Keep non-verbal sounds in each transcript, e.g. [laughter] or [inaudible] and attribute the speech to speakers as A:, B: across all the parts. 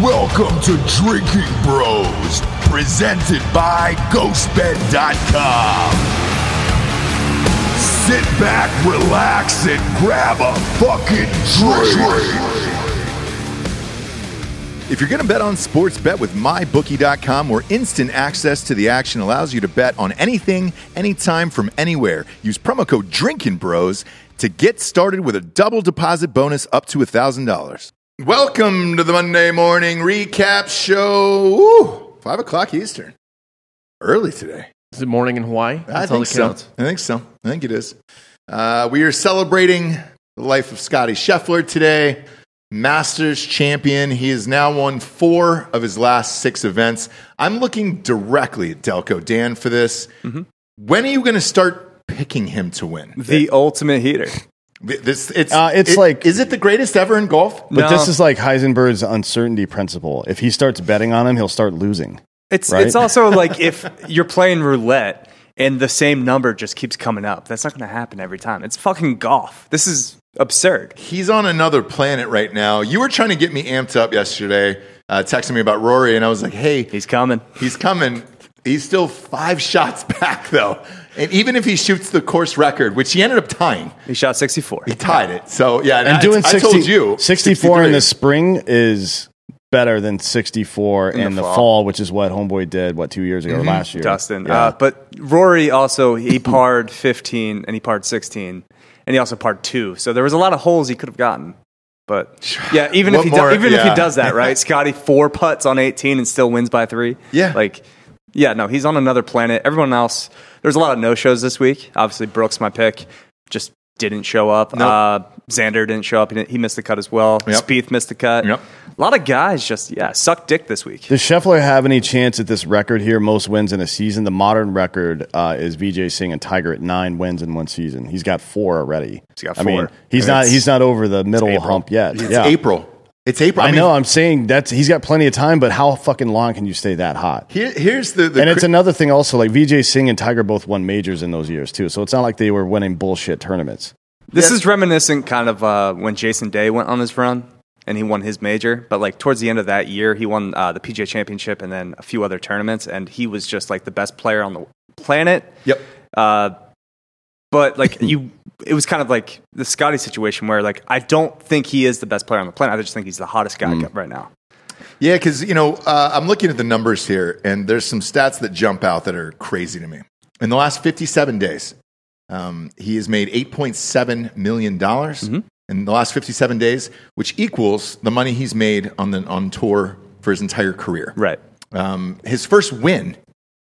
A: Welcome to Drinking Bros, presented by GhostBed.com. Sit back, relax, and grab a fucking drink.
B: If you're going to bet on sports, bet with mybookie.com where instant access to the action allows you to bet on anything, anytime, from anywhere. Use promo code Drinking Bros to get started with a double deposit bonus up to $1,000. Welcome to the Monday morning recap show. Ooh, 5 o'clock Eastern. Early today.
C: Is it morning in Hawaii?
B: I
C: all
B: think
C: that
B: so.
C: counts.
B: I think so. I think it is. Uh, we are celebrating the life of Scotty Scheffler today. Masters champion. He has now won four of his last six events. I'm looking directly at Delco Dan for this.
D: Mm-hmm.
B: When are you going to start picking him to win?
E: The ultimate heater.
B: Th- This it's
D: Uh, it's
B: it-
D: like-
B: is it the greatest ever in golf?
D: But
E: No.
D: this is like Heisenberg's uncertainty principle. If he starts betting on him, he'll start losing.
E: It's
D: Right?
E: it's also [laughs] like if you're playing roulette and the same number just keeps coming up. That's not going to happen every time. It's fucking golf. This is absurd.
B: He's on another planet right now. You were trying to get me amped up yesterday, uh, texting me about Rory, and I was like, "Hey,
E: He's coming.
B: He's coming. He's still five [laughs] shots back, though. And even if he shoots the course record, which he ended up tying,
E: He shot 64.
B: he tied it. So, yeah.
D: And doing
B: I,
D: 60,
B: I told you
D: 64
B: 63.
D: in the spring is better than 64 in,
E: the
D: the
E: fall.
D: fall. which is what Homeboy did, what, two years ago or last year?
E: Dustin.
D: Yeah.
E: Uh, but Rory also he [clears throat] parred 15 and he parred 16 and he also parred two. So there was a lot of holes he could have gotten. But yeah, even if
B: What
E: he
B: more-
E: do, even if
B: yeah.
E: he does
B: [laughs]
E: that right, Scotty four putts on 18 and still wins by three.
B: Yeah.
E: like yeah, no, he's on another planet. Everyone else, there's a lot of no shows this week. Obviously, Brooks, my pick, just didn't show up. Uh, Xander didn't show up. He, didn't- he missed the cut as well.
B: Yep.
E: Spieth missed the cut.
B: Yep.
E: A lot of guys just yeah suck dick this week.
D: Does Scheffler have any chance at this record here? Most wins in a season. The modern record uh, is Vijay Singh and Tiger at nine wins in one season. He's got four already.
E: He's got
D: I mean,
E: four.
D: he's
E: And
D: not
E: it's-
D: he's not over the middle hump yet.
B: It's
D: yeah.
B: April. It's April.
D: I,
B: mean,
D: know. I'm saying that's he's got plenty of time, but how fucking long can you stay that hot?
B: Here, here's the. the
D: And it's
B: cri-
D: another thing also like Vijay Singh and Tiger both won majors in those years too. So it's not like they were winning bullshit tournaments.
E: This
B: Yeah.
E: is reminiscent kind of uh, when Jason Day went on his run and he won his major. But like towards the end of that year, he won uh, the PGA Championship and then a few other tournaments, and he was just like the best player on the planet.
B: Yep.
E: Uh, but like you, it was kind of like the Scotty situation where like I don't think he is the best player on the planet. I just think he's the hottest guy
B: Mm.
E: right now.
B: Yeah, because you know uh, I'm looking at the numbers here, and there's some stats that jump out that are crazy to me. In the last 57 days, um, he has made 8.7 million dollars
E: Mm-hmm.
B: in the last 57 days, which equals the money he's made on the on tour for his entire career.
E: Right.
B: Um, his first win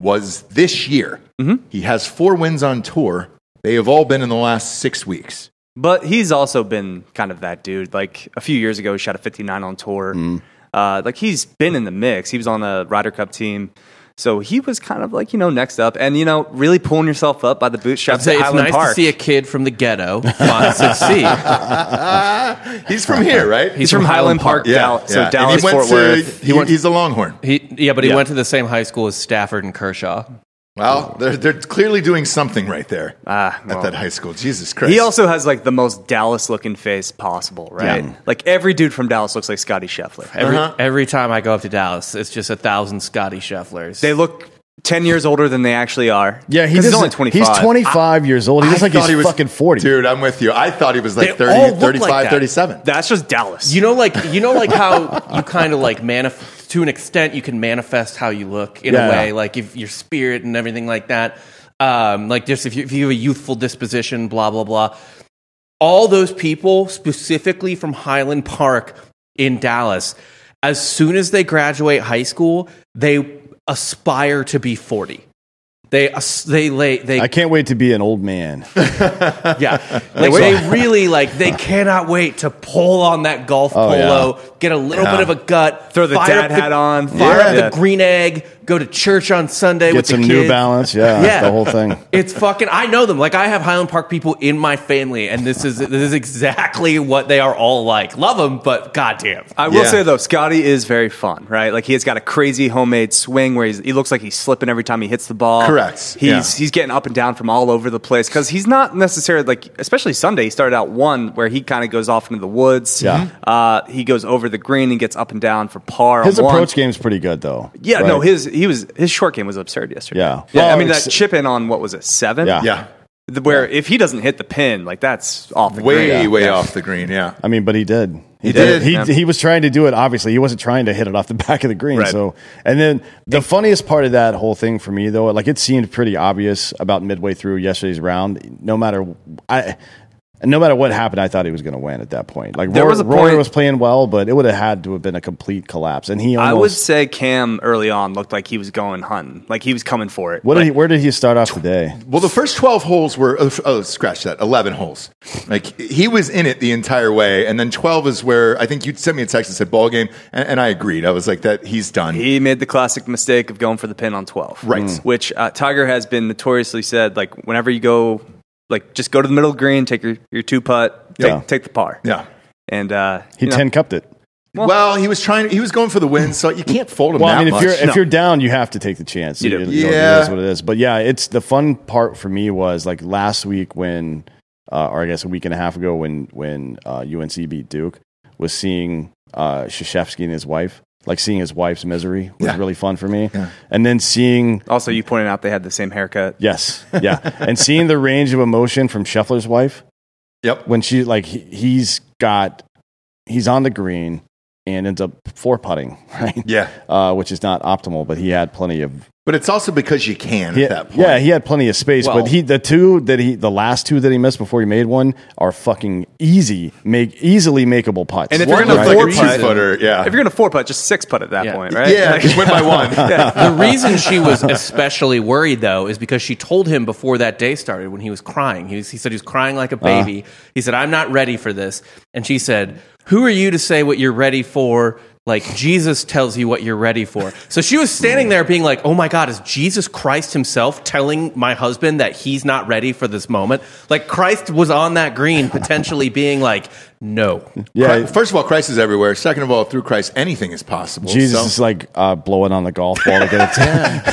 B: was this year.
E: Mm-hmm.
B: He has four wins on tour. They have all been in the last six weeks. [laughs]
E: But he's also been kind of that dude. Like a few years ago, he shot a 59 on tour. Uh, like he's been in the mix. He was on the Ryder Cup team. So he was kind of like, you know, next up. And, you know, really pulling yourself up by the bootstraps
C: Say
E: at
C: it's
E: Highland
C: nice
E: Park.
C: to see a kid from the ghetto
E: [laughs]
C: uh, succeed.
B: He's from here, right?
E: He's from Highland Park, Dallas. So
B: And he
E: Dallas,
B: went
E: Fort
B: to-
E: Worth.
B: he- he's a Longhorn.
C: He, yeah, but he
E: Yeah.
C: went to the same high school as Stafford and Kershaw.
B: Well, they're, they're clearly doing something right there
E: Ah,
B: at
E: well.
B: that high school. Jesus Christ.
E: He also has like the most Dallas looking face possible, right? Like every dude from Dallas looks like Scotty Scheffler.
C: Every,
B: Uh-huh.
C: every time I go up to Dallas, it's just a thousand Scotty Schefflers.
E: They look 10 years older than they actually are.
D: Yeah, he
E: 'Cause he's
D: doesn't-
E: only 25.
D: He's
C: Ah,
D: 25 years old. He looks
B: I
D: like
B: thought
D: he's fucking 40.
B: Dude, I'm with you. I thought he was like
C: They
B: 30,
C: all look
B: 35,
C: like that.
B: 37.
E: That's just Dallas.
C: you know, like you know, like how you kind of like manif- to an extent, you can manifest how you look in
D: Yeah.
C: a way, like if your spirit and everything like that. Um, like just if you, if you have a youthful disposition, blah blah blah. all those people specifically from Highland Park in Dallas, as soon as they graduate high school, they aspire to be 40. They as- they lay they
D: I can't wait to be an old man. [laughs]
C: yeah like they really like they cannot wait to pull on that golf
D: Oh, yeah.
C: polo get a little bit of a gut
E: Throw the
C: fire
E: dad
C: up the-
E: hat on.
C: fire
B: Yeah.
C: up the green egg go to church on Sunday
D: Get
C: with
D: some
C: the
D: New
C: kids.
D: Balance. Yeah,
C: Yeah.
D: the whole thing.
C: [laughs] It's fucking. I know them. Like I have Highland Park people in my family, and this is this is exactly what they are all like. Love them, but goddamn.
E: I
B: Yeah.
E: will say though, Scotty is very fun, right? Like he has got a crazy homemade swing where he's, he looks like he's slipping every time he hits the ball.
B: Correct.
E: He's
B: Yeah.
E: he's getting up and down from all over the place because he's not necessarily like, especially Sunday. He started out one where he kind of goes off into the woods.
D: Yeah.
E: Uh, he goes over the green and gets up and down for par.
D: His
E: on one.
D: approach game's pretty good though.
E: Yeah, no,
D: right?
E: his he was his short game was absurd yesterday.
D: Yeah.
E: yeah. I
D: Well,
E: mean that
D: it's-
E: chip in on what was it seven?
D: Yeah.
B: Yeah.
E: The- where if he doesn't hit the pin, like that's off the
B: Way,
E: grid.
B: way
E: Yeah.
B: off the green. Yeah.
D: I mean, but he did. He,
B: did,
D: He,
E: yeah.
D: he was trying to do it. Obviously, he wasn't trying to hit it off the [laughs] back of the green.
B: Right.
D: So, and then the funniest part of that whole thing for me, though, like it seemed pretty obvious about midway through yesterday's round. No matter, I, no matter what happened, I thought he was going to win at that point. Like
E: There
D: Rory,
E: was a
D: Rory
E: point-
D: was playing well, but it would have had to have been a complete collapse. And he almost.
E: I would say Cam early on looked like he was going hunting, like he was coming for it.
D: what did
E: Like,
D: he, where did he start off today?
B: Well, the first 12 holes were, oh, oh, scratch that, 11 holes. Like, he was in it the entire way. And then 12 is where I think you sent me a text that said ball game. And, and I agreed. I was like, that he's done.
E: He made the classic mistake of going for the pin on 12.
B: Right. Mm.
E: Which uh, Tiger has been notoriously said, like, whenever you go, like, just go to the middle of the green, take your, your two putt, take,
D: Yeah.
E: take the par.
B: yeah.
E: And, uh,
D: He
E: you know,
D: ten cupped it.
B: Well, he was trying, he was going for the win. So you can't fold him
D: Well,
B: that
D: I mean, if
B: much.
D: you're if
E: No.
D: you're down, you have to take the chance.
E: You do.
D: know,
B: Yeah.
D: it is what it is. But yeah, it's the fun part for me was like last week when, uh, or I guess a week and a half ago when when uh, UNC beat Duke was seeing uh, Shashevsky and his wife. Like seeing his wife's misery was
B: Yeah.
D: really fun for me, and then seeing
E: also, you pointed out they had the same haircut.
D: yes,
B: [laughs]
D: yeah, and seeing the range of emotion from Scheffler's wife
B: yep.
D: when she like he, he's got he's on the green and ends up four putting [laughs] right,
B: Yeah.
D: uh, which is not optimal, but he had plenty of
B: But it's also because you can
D: Yeah,
B: at that point.
D: yeah, he had plenty of space,
C: Well-
D: but he the two that he the last two that he missed before he made one are fucking easy, make easily makeable putts.
E: And if
B: One
E: you're
B: looked
E: gonna
B: like
E: four
B: a
E: putt-
B: two footer. Yeah.
E: If you're going to four putt, just six putt at that point, right?
B: yeah.
E: Like,
B: just win
E: [laughs]
B: by one.
C: The reason she was especially worried, though, is because she told him before that day started when he was crying. He, was, he said he was crying like a
E: Uh-huh.
C: baby. he said, I'm not ready for this. And she said, Who are you to say what you're ready for? Like Jesus tells you what you're ready for. So she was standing there being like, Oh my God, is Jesus Christ himself telling my husband that he's not ready for this moment? Like Christ was on that green potentially being like, No.
D: yeah,
B: Cri- First of all, Christ is everywhere. Second of all, through Christ, anything is possible.
D: Jesus
B: So-
D: is like uh, blowing on the golf ball to get
B: [laughs]
D: it.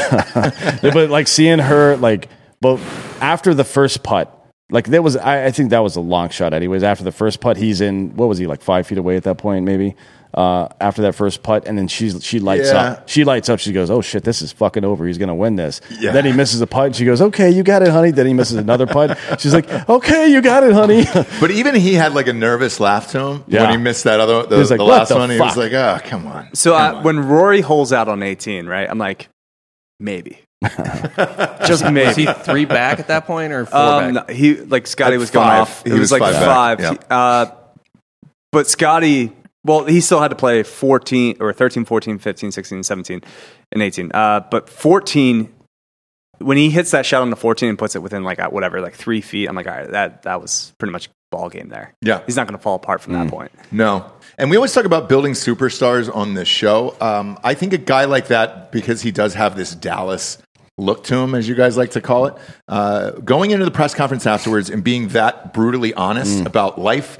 D: to- [laughs] but like seeing her like, but after the first putt, like that was I, I think that was a long shot. Anyways, after the first putt, he's in what was he like five feet away at that point maybe. Uh, after that first putt, and then she's she lights
B: Yeah.
D: up. She lights up. She goes, "Oh shit, this is fucking over. He's gonna win this."
B: Yeah.
D: Then he misses a putt. And she goes, "Okay, you got it, honey." Then he misses another putt. She's like, "Okay, you got it, honey." [laughs]
B: But even he had like a nervous laugh to him
D: Yeah.
B: when he missed that other the,
D: He was like,
B: the
D: "What
B: last
D: the
B: one. He was like,
D: fuck?"
B: "Oh, come on."
E: So
B: come
E: uh,
B: on."
E: when Rory holes out on 18, right? I'm like, maybe. just
C: [laughs]
E: maybe.
C: Was he three back at that point or four
E: Um,
C: back?
E: no, he like Scotty
B: Like
E: was going
B: five.
E: off.
B: He
E: it was,
B: was
E: like
B: five
E: five.
B: back, yeah.
E: He- uh, but Scotty, well, he still had to play 14 or 13, 14, 15, 16, 17, and 18. Uh, but 14, when he hits that shot on the 14 and puts it within like uh, whatever, like three feet, I'm like, all right, that, that was pretty much ball game there.
B: Yeah. Mm.
E: He's not going to fall apart from that point.
B: no, and we always talk about building superstars on this show. Um, I think a guy like that because he does have this Dallas look to him, as you guys like to call it, uh, going into the press conference afterwards and being that brutally honest about life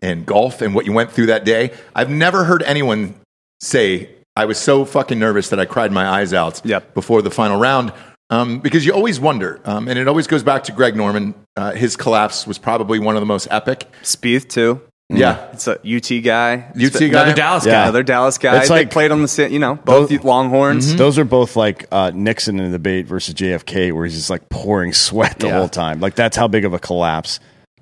B: and golf and what you went through that day. I've never heard anyone say I was so fucking nervous that I cried my eyes out
E: Yep.
B: before the final round um, because you always wonder, um, and it always goes back to Greg Norman. Uh, his collapse was probably one of the most epic.
E: Spieth, too.
B: Yeah,
E: It's a UT guy.
B: UT guy.
C: Another Dallas guy.
D: Yeah.
E: Another Dallas guy.
D: It's
E: They
D: like-
E: played on the, sa- you know, both
D: Both-
E: Longhorns.
B: Mm-hmm.
D: Those are both like uh, Nixon in the debate versus JFK, where he's just like pouring sweat the
E: Yeah.
D: whole time. Like that's how big of a collapse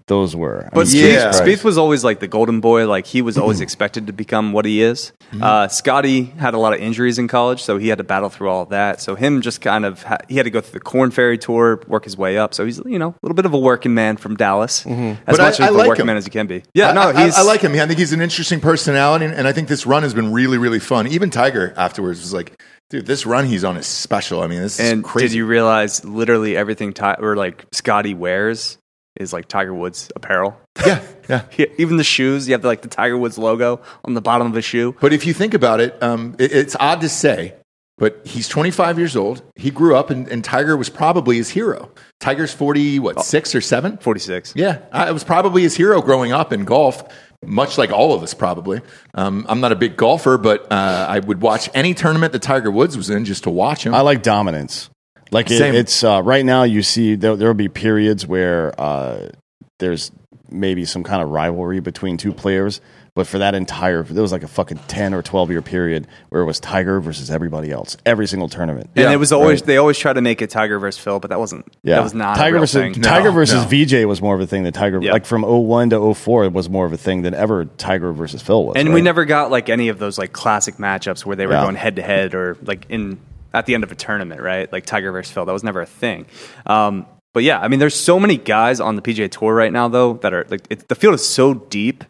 D: those were. I
E: But
D: mean,
E: Spieth,
B: Yeah.
E: Spieth was always like the golden boy. Like he was
B: Mm-hmm.
E: always expected to become what he is. Uh, Scotty had a lot of injuries in college, so he had to battle through all that. So him just kind of ha- he had to go through the Corn Ferry tour, work his way up. So he's you know a little bit of a working man from Dallas, as
B: Mm-hmm. But I-
E: much
B: I
E: of a
B: like
E: working
B: him.
E: man as he can be. Yeah,
B: I-
E: no,
B: [laughs] I,
E: he's
B: I like him. I think he's an interesting personality, and, and I think this run has been really, really fun. Even Tiger afterwards was like, "Dude, this run he's on is special." I mean, this
E: And
B: is crazy.
E: did you realize literally everything Ti- or like Scotty wears is like Tiger Woods apparel? [laughs]
B: yeah, yeah.
E: He- Even the shoes, you have like the Tiger Woods logo on the bottom of the shoe.
B: But if you think about it, um, it, it's odd to say But he's 25 years old. He grew up, and, and Tiger was probably his hero. Tiger's 40,
E: Oh.
B: what, six or seven?
E: 46.
B: Yeah, I it was probably his hero growing up in golf, much like all of us probably. Um, I'm not a big golfer, but uh, I would watch any tournament that Tiger Woods was in just to watch him.
D: I like dominance. Like it,
B: Same.
D: it's uh, right now, you see there there will be periods where uh, there's maybe some kind of rivalry between two players, but for that entire there was like a fucking ten or twelve year period where it was Tiger versus everybody else, every single tournament.
E: And
B: Yeah,
E: it was always
D: right.
E: they always try to make it Tiger versus Phil, but that wasn't
D: Yeah,
E: that was not
D: Tiger
E: a real
D: versus
E: thing.
D: Tiger
B: No,
D: versus
B: no.
D: VJ was more of a thing than Tiger
E: Yeah.
D: like from 01 to 04 it was more of a thing than ever Tiger versus Phil was.
E: and
D: right?
E: we never got like any of those like classic matchups where they were
D: Yeah.
E: going head to head or like in at the end of a tournament, right? Like Tiger versus Phil, that was never a thing. Um, but yeah, I mean, there's so many guys on the PGA Tour right now though that are like it, the field is so deep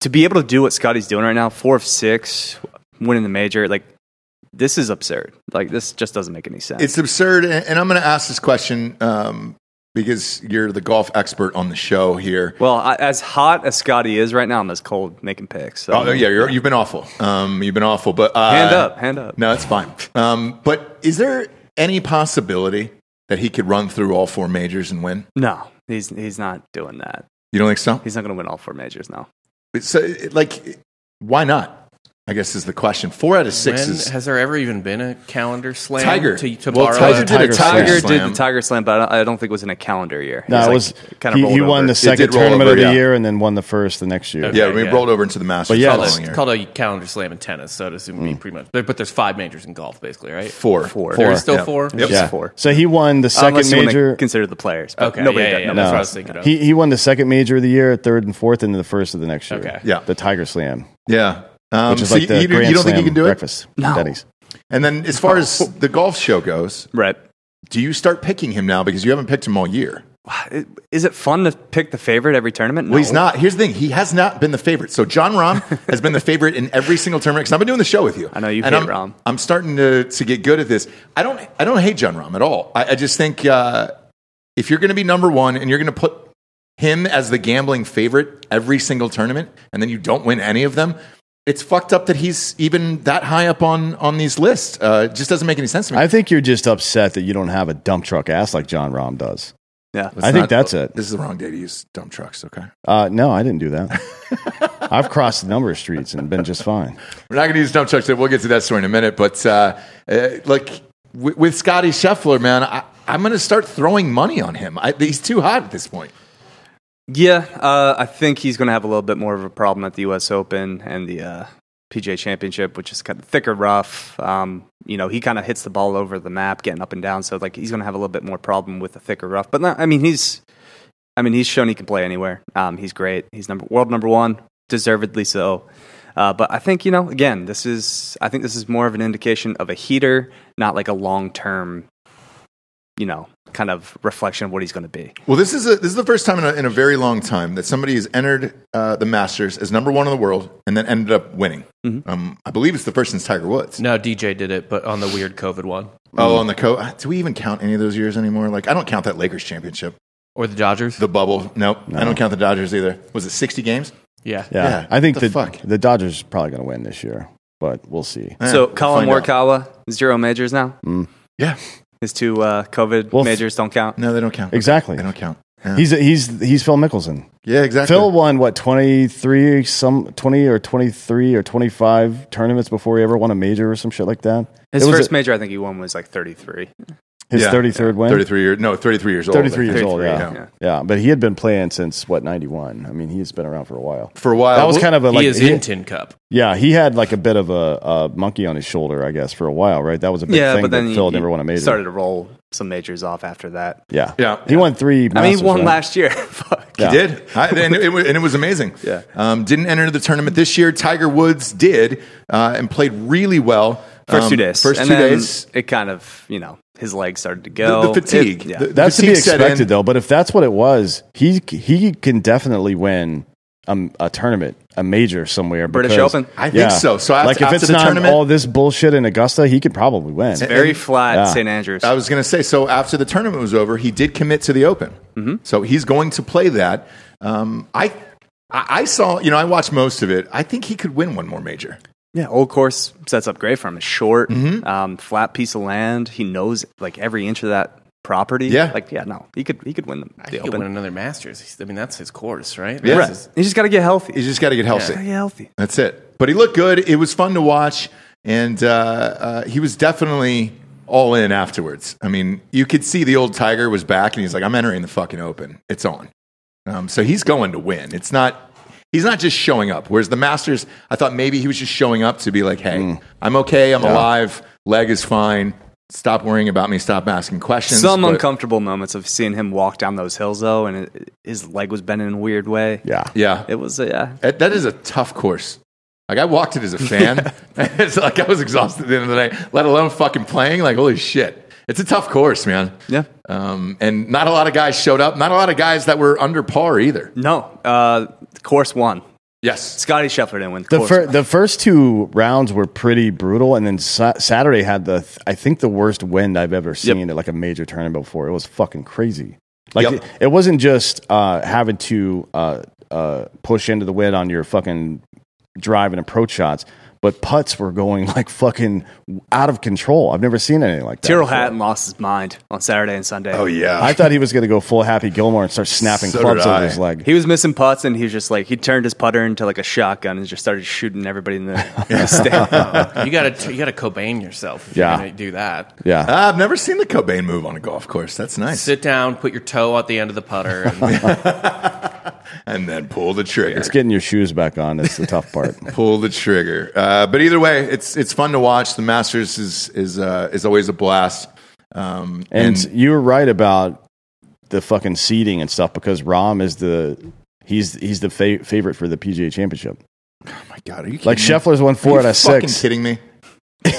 E: to be able to do what Scotty's doing right now, four of six, winning the major, like this is absurd. Like this just doesn't make any sense.
B: It's absurd, and and I'm going to ask this question um, because you're the golf expert on the show here.
E: well, I, as hot as Scotty is right now, I'm as cold making picks. So.
B: Oh yeah, you're, you've been awful. Um, you've been awful, but uh,
E: hand up, hand up.
B: No, it's fine. Um, but is there any possibility that he could run through all four majors and win?
E: No, he's he's not doing that.
B: You don't think so?
E: He's not going to win all four majors now.
B: So, it- like, why not? I guess is the question. Four out of six
C: When
B: is
C: has there ever even been a calendar slam?
B: Tiger.
C: To, to
B: well,
C: borrow
B: Tiger
C: a-
B: did
D: Tiger
B: a
D: slam.
B: Tiger
E: Tiger
B: slam.
E: did the Tiger Slam, but I don't, I don't think it was in a calendar year.
D: No,
E: He's,
D: it
E: like,
D: was
E: kinda
D: he,
E: rolled
D: he won
E: over.
D: the second
B: roll over,
D: tournament of the
B: yeah.
D: year and then won the first the next year.
B: yeah, we
C: Yeah.
B: rolled over into the Masters.
D: But yeah,
B: following
D: it's
B: year.
C: It's called a calendar slam in tennis, so it does mean pretty much. But, but there's five majors in golf, basically, right?
B: four.
E: Four.
C: There are still
B: Yep.
C: four.
B: Yep.
D: yeah.
E: four.
D: So he won the second
E: Unless you wanna
D: major.
E: Consider the players. but
C: Okay,
E: nobody
C: yeah,
E: does.
C: yeah,
E: nobody
C: that's what I
E: does.
C: was thinking of.
D: He he won the second major of the year, third and fourth, and the first of the next year.
C: Okay.
B: Yeah.
D: the Tiger Slam,
B: Yeah. Um,
D: which is
B: so
D: like
B: you,
D: the
B: you- you
D: Grand
B: don't
D: Slam
B: think you can do it?
D: breakfast.
E: No.
D: Denny's.
B: And then, as
E: Oh.
B: far as the golf show goes,
E: Right.
B: do you start picking him now because you haven't picked him all year?
E: Is it fun to pick the favorite every tournament? No.
B: Well, he's not. Here's the thing: he has not been the favorite. So John
E: [laughs]
B: Rahm has been the favorite in every single tournament because I've been doing the show with you.
E: I know you
B: and
E: hate
B: I'm,
E: Rahm.
B: I'm starting to, to get good at this. I don't. I don't hate John Rahm at all. I, I just think uh, if you're going to be number one and you're going to put him as the gambling favorite every single tournament, and then you don't win any of them. It's fucked up that he's even that high up on on these lists. Uh, it just doesn't make any sense to me.
D: I think you're just upset that you don't have a dump truck ass like John Rahm does.
E: Yeah.
D: I think
B: not-
D: that's it.
B: This is the wrong day to use dump trucks. Okay,
D: Uh, no, I didn't do that.
B: [laughs]
D: I've crossed a number of streets and been just fine.
B: We're not going to use dump trucks. We'll get to that story in a minute. But uh, uh, like with, with Scotty Scheffler, man, I, I'm going to start throwing money on him. I, he's too hot at this point.
E: Yeah. Uh, I think he's going to have a little bit more of a problem at the U.S. Open and the uh, PGA Championship, which is kind of thicker rough. Um, you know, he kind of hits the ball over the map, getting up and down. So like, he's going to have a little bit more problem with the thicker rough. But no, I mean, he's I mean, he's shown he can play anywhere. Um, he's great. He's number world number one, deservedly so. Uh, but I think you know, again, this is I think this is more of an indication of a heater, not like a long term, you know, kind of reflection of what he's going to be.
B: Well, this is a, this is the first time in a, in a very long time that somebody has entered uh, the Masters as number one in the world and then ended up winning. Um, I believe it's the first since Tiger Woods.
C: No, DJ did it, but on the weird COVID one
B: Oh, on the co. Do we even count any of those years anymore? Like, I don't count that Lakers championship.
C: or the Dodgers.
B: The bubble. Nope. I don't count the Dodgers either. Was it 60 games?
C: yeah.
D: Yeah,
B: Yeah,
D: I think
B: what the
D: the
B: fuck?
D: the Dodgers are probably going to win this year, but we'll see.
B: Eh,
E: so
B: we'll
E: Colin
B: find out.
E: Morikawa zero majors now.
B: Yeah.
E: His two uh, COVID
D: Well, f-
E: majors don't count.
B: No, they don't count.
D: Exactly.
B: They don't count. Yeah,
D: He's he's he's Phil Mickelson.
B: yeah exactly.
D: Phil won what twenty three some twenty or twenty three or twenty five tournaments before he ever won a major or some shit like that.
E: His
D: It was
E: first
D: a-
E: major, I think he won, was like thirty three.
D: his
B: Yeah.
D: thirty third win.
B: 33 years. No, 33 years old. I
D: 33 years
B: think.
D: old,
E: 33,
D: yeah.
E: yeah.
D: yeah. but he had been playing since what, 91. I mean, he's been around for a while.
B: For a while.
D: That was kind of a like
C: he is
D: he-
C: in Tin Cup.
D: Yeah, he had like a bit of a, a monkey on his shoulder, I guess, for a while, right? That was a big
E: Yeah,
D: thing
E: but then
D: that
E: he,
D: Phil
E: he
D: never won a major.
E: started to roll some majors off after that.
D: yeah.
B: Yeah.
D: He won 3
E: I mean,
D: Masters,
E: he won
D: right?
E: last year. [laughs] Fuck.
D: Yeah.
B: He did,
D: [laughs]
B: I, and, it, wa- and it was amazing.
E: Yeah.
B: um, didn't enter the tournament this year. Tiger Woods did uh, and played really well.
E: First
B: Um,
E: two days.
B: First
E: And
B: two
E: then
B: days.
E: It kind of, you know, his legs started to
B: The,
E: go.
B: the fatigue.
E: It- yeah.
B: The- the
D: That's to be
B: fatigue set in.
D: expected though, but if that's what it was, he he can definitely win um, a tournament, a major somewhere.
E: British
D: because-
E: Open?
B: I think so. So after-
D: like if
B: after
D: it's
B: the
D: not
B: tournament-
D: all this bullshit in Augusta, he could probably win.
E: Very
B: and-
E: flat
D: yeah.
E: St. Andrews.
B: I was going to say. So after the tournament was over, he did commit to the Open.
D: Mm-hmm.
B: So he's going to play that. Um, I, I I saw. You know, I watched most of it. I think he could win one more major.
E: Yeah, old course sets up great for him. It's short,
B: Mm-hmm.
E: um, flat piece of land. He knows like every inch of that property.
B: Yeah.
E: like yeah, no, he could he could win the, the
C: He could
E: Open.
C: win another Masters. He's- I mean, that's his course, right?
B: Yeah.
C: That's
B: Right.
C: his-
E: You just got to get healthy.
B: You
E: You
B: just got to get healthy.
E: gotta get healthy.
B: That's it. But he looked good. It was fun to watch, and uh, uh, he was definitely all in afterwards. I mean, you could see the old Tiger was back, and he's like, "I'm entering the fucking Open. It's on." Um, so he's going to win. It's not. He's not just showing up. Whereas the Masters, I thought maybe he was just showing up to be like, "Hey, I'm okay. I'm alive. Leg is fine. Stop worrying about me. Stop asking questions."
E: Some
B: But-
E: uncomfortable moments of seeing him walk down those hills though, and it, his leg was bending in a weird way.
D: Yeah.
B: Yeah,
E: it was. Uh, yeah,
B: That, that is a tough course. Like I walked it as
D: [laughs]
B: a fan. [laughs] it's like I was exhausted at the end of the day, let alone fucking playing. Like holy shit, it's a tough course, man.
E: yeah.
B: Um, and not a lot of guys showed up. Not a lot of guys that were under par either.
E: No, uh, course one.
B: Yes,
E: Scotty Scheffler didn't win.
D: The,
E: course
D: fir-
E: one.
D: the first two rounds were pretty brutal, and then sa- Saturday had the th- I think the worst wind I've ever seen at like a major tournament before. It was fucking crazy. Like
B: Yep.
D: it, it wasn't just uh, having to uh, uh, push into the wind on your fucking drive and approach shots, but putts were going like fucking out of control. I've never seen anything like that.
E: Tyrrell
D: before.
E: Hatton lost his mind on Saturday and Sunday. Oh
B: yeah.
D: I thought he was going to go full Happy Gilmore and start
B: [laughs]
D: snapping
B: So
D: clubs
B: did
D: over
B: I.
D: his leg.
E: He was missing putts, and he was just like he turned his putter into like a shotgun and just started shooting everybody
B: [laughs]
E: in the, the stand.
C: you gotta t- you gotta Cobain yourself. If
D: Yeah.
C: you're gonna do that.
D: yeah,
B: Ah, I've never seen the Cobain move on a golf course. That's nice.
C: Sit down, put your toe at the end of the putter. And
B: And then pull the trigger.
D: it's getting your shoes back on. It's the tough part.
B: [laughs] pull the trigger. Uh, but either way, it's it's fun to watch. The Masters is is uh, is always a blast. Um,
D: And, you were right about the fucking seeding and stuff because Rom is the he's he's the fa- favorite for the PGA Championship. [laughs]
B: oh my God, are you kidding
D: Like
B: me?
D: Scheffler's won
B: Are
D: four
B: you
D: out of
B: fucking
D: six,
B: Kidding me?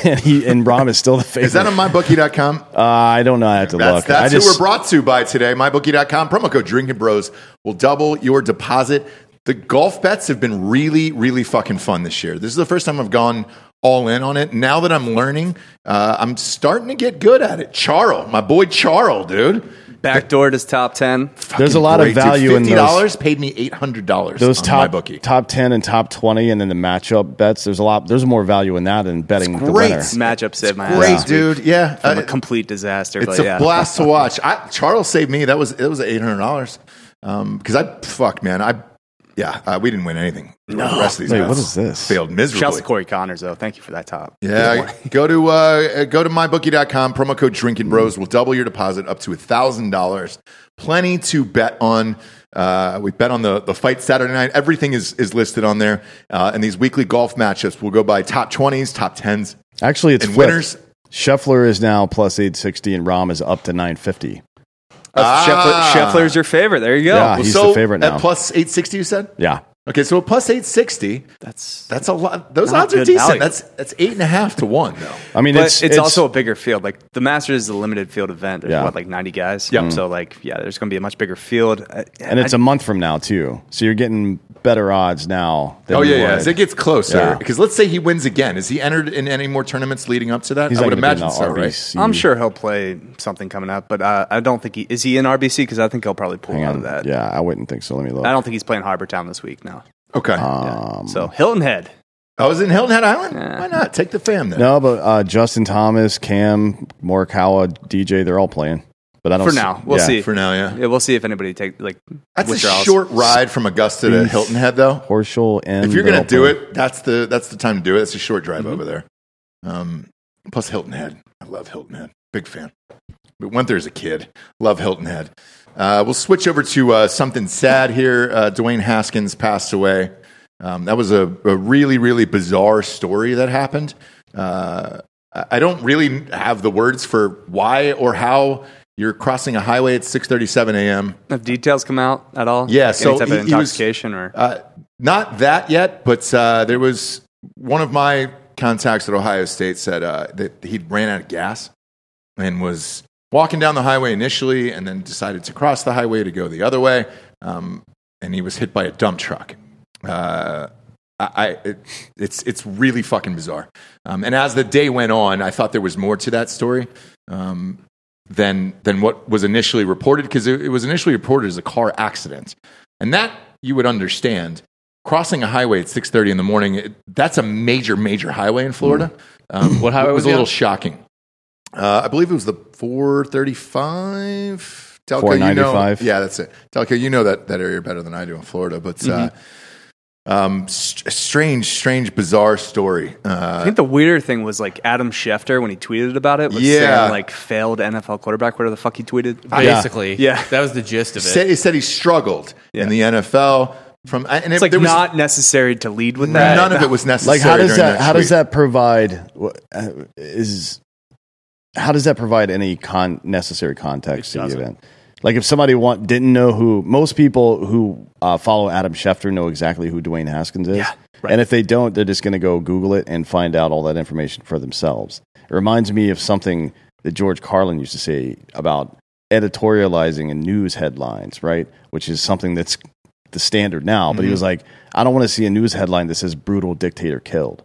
D: and he and Rom is still the
B: [laughs]
D: favorite.
B: Is that on mybookie.com?
D: uh, I don't know. I have to
B: That's,
D: look. I
B: that's
D: just,
B: who we're brought to by today. MyBookie.com. Promo code Drinking Bros will double your deposit. The golf bets have been really, really fucking fun this year. This is the first time I've gone all in on it. Now that I'm learning, uh, I'm starting to get good at it. Charl, my boy Charl, dude.
E: Backdoored his top ten.
D: There's a
B: Fucking
D: lot of
B: great, dude.
D: value in those-
B: $50 paid me $800
D: those
B: on
D: top
B: MyBookie.
D: top ten and top twenty, and then the matchup bets. There's a lot. There's more value in that than betting the
B: great.
D: winner.
E: Matchup saved my
B: great,
E: ass.
B: dude. Yeah.
E: From
B: Uh,
E: a complete disaster.
B: It's
E: but
B: a
E: yeah.
B: blast to
E: [laughs]
B: watch. I, Charles saved me. That was it was eight hundred dollars. Um, because I fuck man, I yeah, uh, we didn't win anything. The rest of these
D: Wait,
B: guys
D: what is this?
B: Failed
E: Shouts to
B: miserably.
E: Corey Connors though. Thank you for that top.
B: Yeah, go to uh, uh, go to mybookie.com. Promo code Drinking Bros will double your deposit up to thousand dollars. Plenty to bet on. Uh, we bet on the the fight Saturday night. Everything is is listed on there. Uh, and these weekly golf matchups will go by top twenties, top tens.
D: Actually, it's
B: And
D: flipped.
B: winners-
D: Scheffler is now plus eight sixty, and Rom is up to nine fifty.
B: Ah.
E: Scheffler, Scheffler's your favorite. There you go.
D: Yeah. He's the favorite now.
B: At plus eight sixty, you said.
D: Yeah,
B: Okay, so a plus eight sixty.
E: That's
B: That's a lot. Those
E: Not
B: odds are
E: good
B: decent.
E: value.
B: That's that's eight and a half to one, though.
D: I mean
E: but
D: it's,
E: it's, also a bigger field. Like the Masters is a limited field event. There's
D: Yeah.
E: what, like ninety guys. Yep. So like yeah, there's gonna be a much bigger field. I-
D: and it's
E: I-
D: a month from now too. So you're getting better odds now. Than
B: Oh
D: you
B: yeah, yeah.
D: would.
B: As it gets closer,
D: Yeah.
B: because let's say he wins again. Is he entered in any more tournaments leading up to that?
D: He's
B: I
D: not
B: would
D: gonna be in
B: imagine
D: the
B: so, right?
D: RBC.
E: I'm sure he'll play something coming up, but uh, I don't think he is he in RBC because I think he'll probably pull
D: Hang
E: out
D: on.
E: of that.
D: Yeah, I wouldn't think so. Let me look.
E: I don't think he's playing Harbor Town this week. No.
B: Okay.
E: Uh,
D: Um,
E: So Hilton Head.
B: I was in Hilton Head Island. Why not take the fam then?
D: no, but uh, Justin Thomas, Cam, Morikawa, DJ, they're all playing. But I don't
E: For
D: see-
E: now. We'll
D: yeah.
E: see.
B: For now, yeah.
E: Yeah, we'll see if anybody take like
B: That's a
E: withdrawals.
B: short ride from Augusta to
D: Beef.
B: Hilton Head, though.
D: Horschel and
B: If you're
D: they're
B: gonna
D: all
B: do
D: playing.
B: it, that's the that's the time to do it. It's a short drive over there. Um, plus Hilton Head. I love Hilton Head. Big fan. But went there as a kid. Love Hilton Head. Uh, we'll switch over to uh, something sad here. Uh, Dwayne Haskins passed away. Um, that was a, a really, really bizarre story that happened. Uh, I I don't really have the words for why or how you're crossing a highway at 6:37 a.m.
E: Have details come out at all?
B: Yeah,
E: Like
B: so
E: any type
B: he-
E: of
B: he was-
E: intoxication or
B: Uh, not that yet, but uh, there was one of my contacts at Ohio State said uh, that he ran out of gas and was walking down the highway initially and then decided to cross the highway to go the other way. Um, and he was hit by a dump truck. Uh, I, I it, it's it's really fucking bizarre. Um, and as the day went on, I thought there was more to that story um, than than what was initially reported because it, it was initially reported as a car accident, and that you would understand. crossing a highway at 6.30 in the morning it- that's a major major highway in florida um,
C: What highway
B: it was
C: was he
B: a
C: on?
B: little shocking uh, i believe it was the 435 Telco, you know,
D: 495.
B: yeah that's it Telco, you know that, that area better than i do in florida but uh, um, st- strange strange bizarre story
E: I
B: uh,
E: think the weirder thing was like Adam Schefter when he tweeted about it was
B: Yeah.
E: saying like failed NFL quarterback, whatever the fuck he tweeted.
C: Basically,
E: Yeah.
C: that was the gist of it.
B: said, he said he struggled in the nfl from and
E: it's like not necessary to lead with that.
B: none of it was necessary
D: like how does
B: during
D: that, how does
B: tweet.
D: that provide wh- uh, is how does that provide any con- necessary context to the event like if somebody want, didn't know who most people who uh, follow adam schefter know exactly who dwayne haskins is
E: Yeah, right.
D: and if they don't they're just going to go google it and find out all that information for themselves it reminds me of something that george carlin used to say about editorializing and news headlines right which is something that's the standard now, but he
B: Mm-hmm.
D: was like, I don't want to see a news headline that says brutal dictator killed.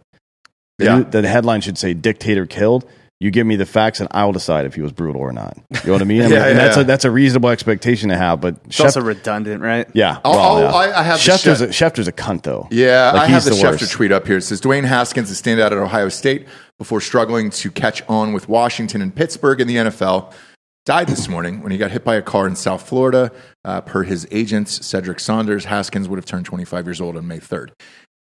D: The,
B: Yeah.
D: new- the headline should say dictator killed. You give me the facts and I'll decide if he was brutal or not. You know
B: [laughs]
D: what I mean? I mean,
B: Yeah,
D: and that's,
B: yeah.
D: A, that's a reasonable expectation to have, but
E: It's also redundant, right?
D: yeah.
B: I'll- I'll- Oh, I- I have the
D: Schefter's,
B: Schef-
D: a, Schefter's a cunt though.
B: Yeah,
D: Like,
B: I have
D: he's
B: the, Schefter
D: worst.
B: tweet up here. It says Dwayne Haskins is standout at Ohio State before struggling to catch on with Washington and Pittsburgh in the NFL. Died this morning when he got hit by a car in South Florida. Uh, per his agents, Cedric Saunders, Haskins would have turned 25 years old on May 3rd.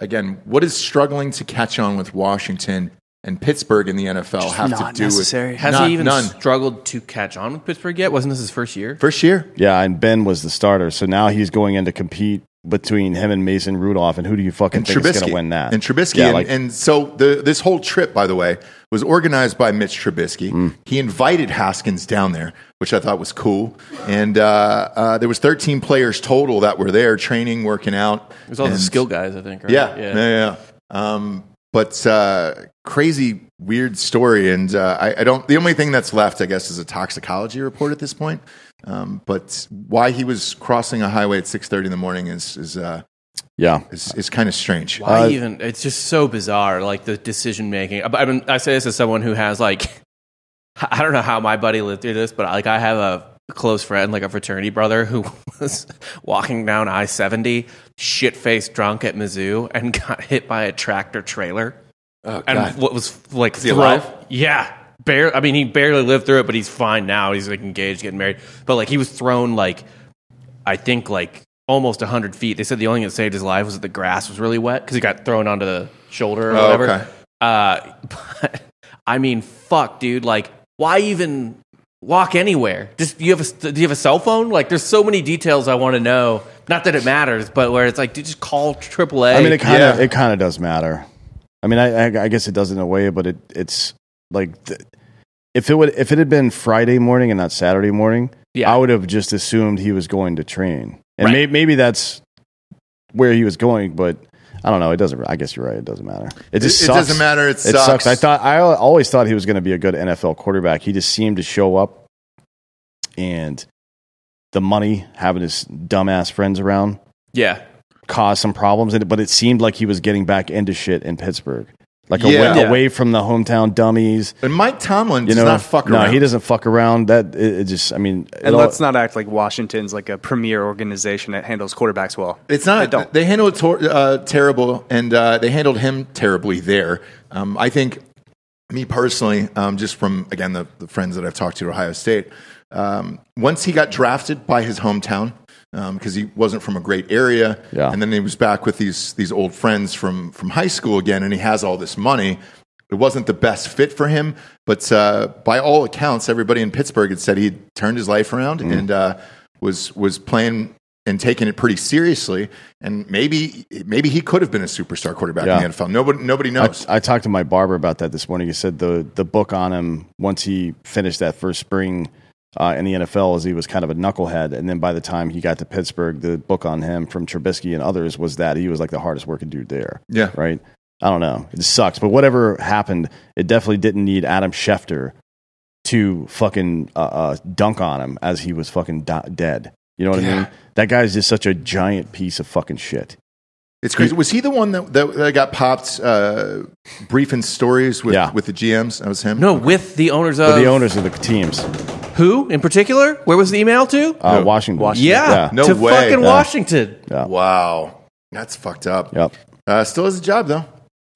B: Again, what is struggling to catch on with Washington and Pittsburgh in the NFL have
E: not
B: to do
E: necessary.
B: with
C: Has
B: not-
C: he even
B: none
C: struggled to catch on with Pittsburgh yet? Wasn't this his first year?
B: first year?
D: Yeah. And Ben was the starter. So now he's going in to compete between him and Mason Rudolph. And who do you fucking
B: and
D: think is going
B: Trubisky
D: to win that?
B: And Trubisky,
D: Yeah,
B: and,
D: like-
B: and so the, this whole trip, by the way, was organized by Mitch Trubisky.
D: Mm.
B: He invited Haskins down there, which I thought was cool. And uh, uh, there was 13 players total that were there, training, working out.
C: It was all the
B: And-
C: skill guys, I think. Right?
B: Yeah, yeah, yeah. Um, but uh, crazy, weird story. And uh, I, I don't. The only thing that's left, I guess, is a toxicology report at this point. Um, but why he was crossing a highway at 6:30 in the morning is is uh,
D: yeah.
B: is, is kind of strange.
C: Why even? It's just so bizarre, like the decision making. I, I, mean, I say this as someone who has like, [laughs] I don't know how my buddy lived through this, but like I have a close friend, like a fraternity brother, who [laughs] was walking down I seventy, shit faced drunk at Mizzou, and [laughs] got hit by a tractor trailer, and what was like
B: Oh, he
C: thro-
B: alive?
C: Yeah, bare. I mean, he barely lived through it, but he's fine now. He's like engaged, getting married, but like he was thrown like I think like almost 100 feet. They said the only thing that saved his life was that the grass was really wet because he got thrown onto the shoulder or
B: Oh,
C: whatever.
B: okay.
C: Uh, [laughs] but I mean, fuck, dude. Like, why even walk anywhere? Just you have a do you have a cell phone? Like, there's so many details I want to know. Not that it matters, but where it's like, dude, just call AAA.
D: I mean, it kind of
B: yeah.
D: it kind of does matter. I mean, I, I, I guess it does in a way, but it it's like th- if it would if it had been Friday morning and not Saturday morning,
C: Yeah.
D: I would have just assumed he was going to train, and
C: Right.
D: may, maybe that's where he was going, but. I don't know. It doesn't. I guess you're right. It doesn't matter. It just
B: It- it
D: sucks.
B: doesn't matter. It sucks.
D: I thought. I al- always thought he was going to be a good NFL quarterback. He just seemed to show up, and the money having his dumbass friends around
C: yeah.
D: caused some problems, and- but it seemed like he was getting back into shit in Pittsburgh, like
B: Yeah.
D: away, away from the hometown dummies.
B: And Mike Tomlin
D: You
B: does
D: know,
B: not fuck
D: no,
B: around.
D: he doesn't fuck around. That it, it just, I mean, it
E: And
D: all-
E: let's not act like Washington's like a premier organization that handles quarterbacks well.
B: It's
E: They
B: not. They,
E: don't.
B: handle it tor- uh, terrible, and uh, they handled him terribly there. Um, I think, me personally, um, just from again the, the friends that I've talked to at Ohio State, um, once he got drafted by his hometown because he wasn't from a great area,
D: Yeah.
B: and then he was back with these these old friends from from high school again, and he has all this money. It wasn't the best fit for him, but uh, by all accounts, everybody in Pittsburgh had said he had turned his life around
D: Mm-hmm.
B: and uh, was was playing and taking it pretty seriously. And maybe maybe he could have been a superstar quarterback
D: Yeah.
B: in the NFL. Nobody nobody knows.
D: I, I talked to my barber about that this morning. He said the the book on him once he finished that first spring uh, in the NFL is he was kind of a knucklehead, and then by the time he got to Pittsburgh, the book on him from Trubisky and others was that he was like the hardest working dude there.
B: Yeah.
D: right. I don't know. It sucks, but whatever happened, it definitely didn't need Adam Schefter to fucking uh, uh, dunk on him as he was fucking di- dead. You know what I
B: Yeah.
D: mean? That guy's just such a giant piece of fucking shit.
B: It's crazy. Was he the one that that, that got popped uh, briefing stories with
D: Yeah.
B: with the GMs? That was him.
C: No, with the owners of
D: But the owners of the teams,
C: who in particular? Where was the email to?
D: uh,
B: No.
D: Washington.
E: Washington.
C: yeah,
B: No
C: to
B: way.
C: fucking
B: Yeah.
C: Washington.
B: Wow. That's fucked up.
D: Yep.
B: Uh, still has a job though.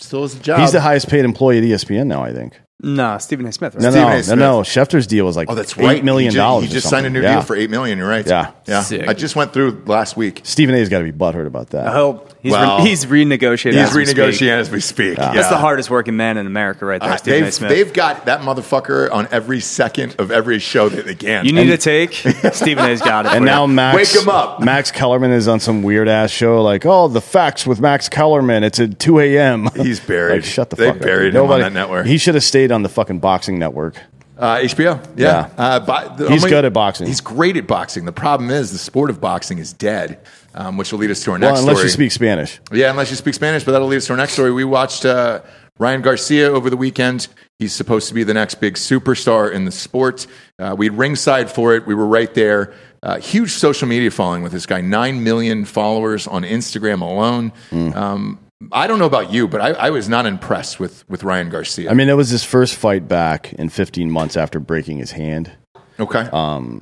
B: Still has a job.
D: He's the highest paid employee at E ESPN now, I think.
E: No, Stephen A. Smith. Right?
D: No,
B: Stephen A.
D: no, no,
B: Smith.
D: no. Schefter's deal was like
B: Oh, that's right.
D: eight million
B: He ju-
D: dollars.
B: He just
D: or
B: signed a new
D: something. Yeah.
B: deal for eight million. You're right.
D: Yeah.
B: yeah.
C: Sick.
B: I just went through last week.
D: Stephen A's got to be butthurt about that.
E: Oh, he's,
B: Wow.
E: re- he's renegotiating.
B: He's
E: as we speak.
B: renegotiating as we speak. Yeah.
E: That's the hardest working man in America, right there,
B: Uh,
E: Stephen A.
B: they've,
E: Smith.
B: they've got that motherfucker on every second of every show that they can.
E: you need a take.
B: [laughs]
E: Stephen A's got it.
D: And
E: for
D: now
E: you.
D: Max
B: Wake 'em up. [laughs]
D: Max Kellerman is on some weird ass show like, oh, the facts with Max Kellerman. It's at two a.m.
B: [laughs] He's buried.
D: like, shut the
B: They
D: fuck up.
B: buried
D: dude.
B: him on that network.
D: He should have stayed on the fucking boxing network.
B: Uh, HBO, yeah.
D: Yeah.
B: Uh, but the
D: He's good at boxing.
B: He's great at boxing. The problem is the sport of boxing is dead, um, which will lead us to our
D: Well,
B: next
D: unless
B: story.
D: you speak Spanish.
B: Yeah, unless you speak Spanish, but that'll lead us to our next story. We watched uh, Ryan Garcia over the weekend. He's supposed to be the next big superstar in the sport. Uh, we had ringside for it. We were right there. Uh, huge social media following with this guy, 9 million followers on Instagram alone.
D: Hmm.
B: Um, I don't know about you, but I, I was not impressed with, with Ryan Garcia.
D: I mean, that was his first fight back in 15 months after breaking his hand.
B: okay.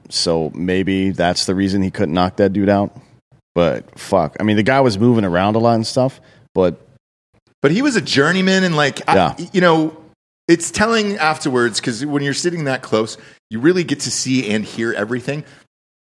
D: So maybe that's the reason he couldn't knock that dude out. But fuck, I mean, the guy was moving around a lot and stuff. But
B: But he was a journeyman, and like, I-
D: Yeah.
B: you know, it's telling afterwards because when you're sitting that close, you really get to see and hear everything.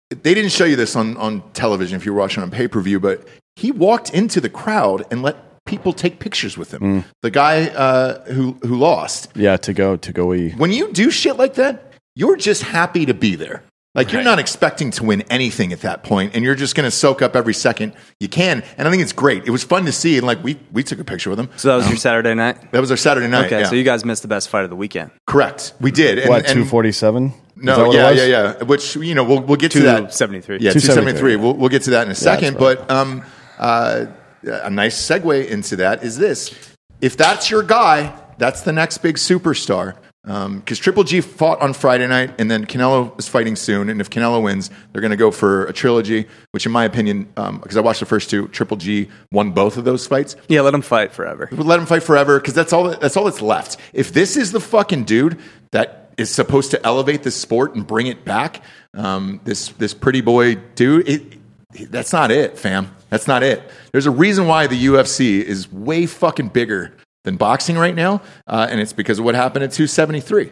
B: They didn't show you this on, on television if you were watching on pay per view, but he walked into the crowd and let people take pictures with him. The guy uh, who, who lost.
D: yeah, to go to go. He,
B: When you do shit like that, you're just happy to be there. Like, you're not expecting to win anything at that point, and you're just going to soak up every second you can. And I think it's great. It was fun to see. And, like, we, we took a picture with him.
E: so that was your Saturday night.
B: That was our Saturday night.
E: Okay,
B: Oh. yeah.
E: so you guys missed the best fight of the weekend.
B: correct. We did. And,
D: what
B: and-
D: 247?
B: No, yeah, yeah, yeah. Which you know, we'll we'll get to that.
E: 273.
B: Yeah, two seventy
D: 273.
B: three. We'll we'll get to that in a second.
D: right.
B: But um, uh, a nice segue into that is this: if that's your guy, that's the next big superstar. Because Triple G fought on Friday night, and then Canelo is fighting soon. And if Canelo wins, they're going to go for a trilogy. Which, in my opinion, because I watched the first two, Triple G won both of those fights.
E: Yeah, let him fight forever.
B: But let him fight forever because that's all that's all that's left. If this is the fucking dude that is supposed to elevate this sport and bring it back, um, this this pretty boy dude, it, that's not it, fam. That's not it. There's a reason why the UFC is way fucking bigger than boxing right now, uh, and it's because of what happened at 273. Um,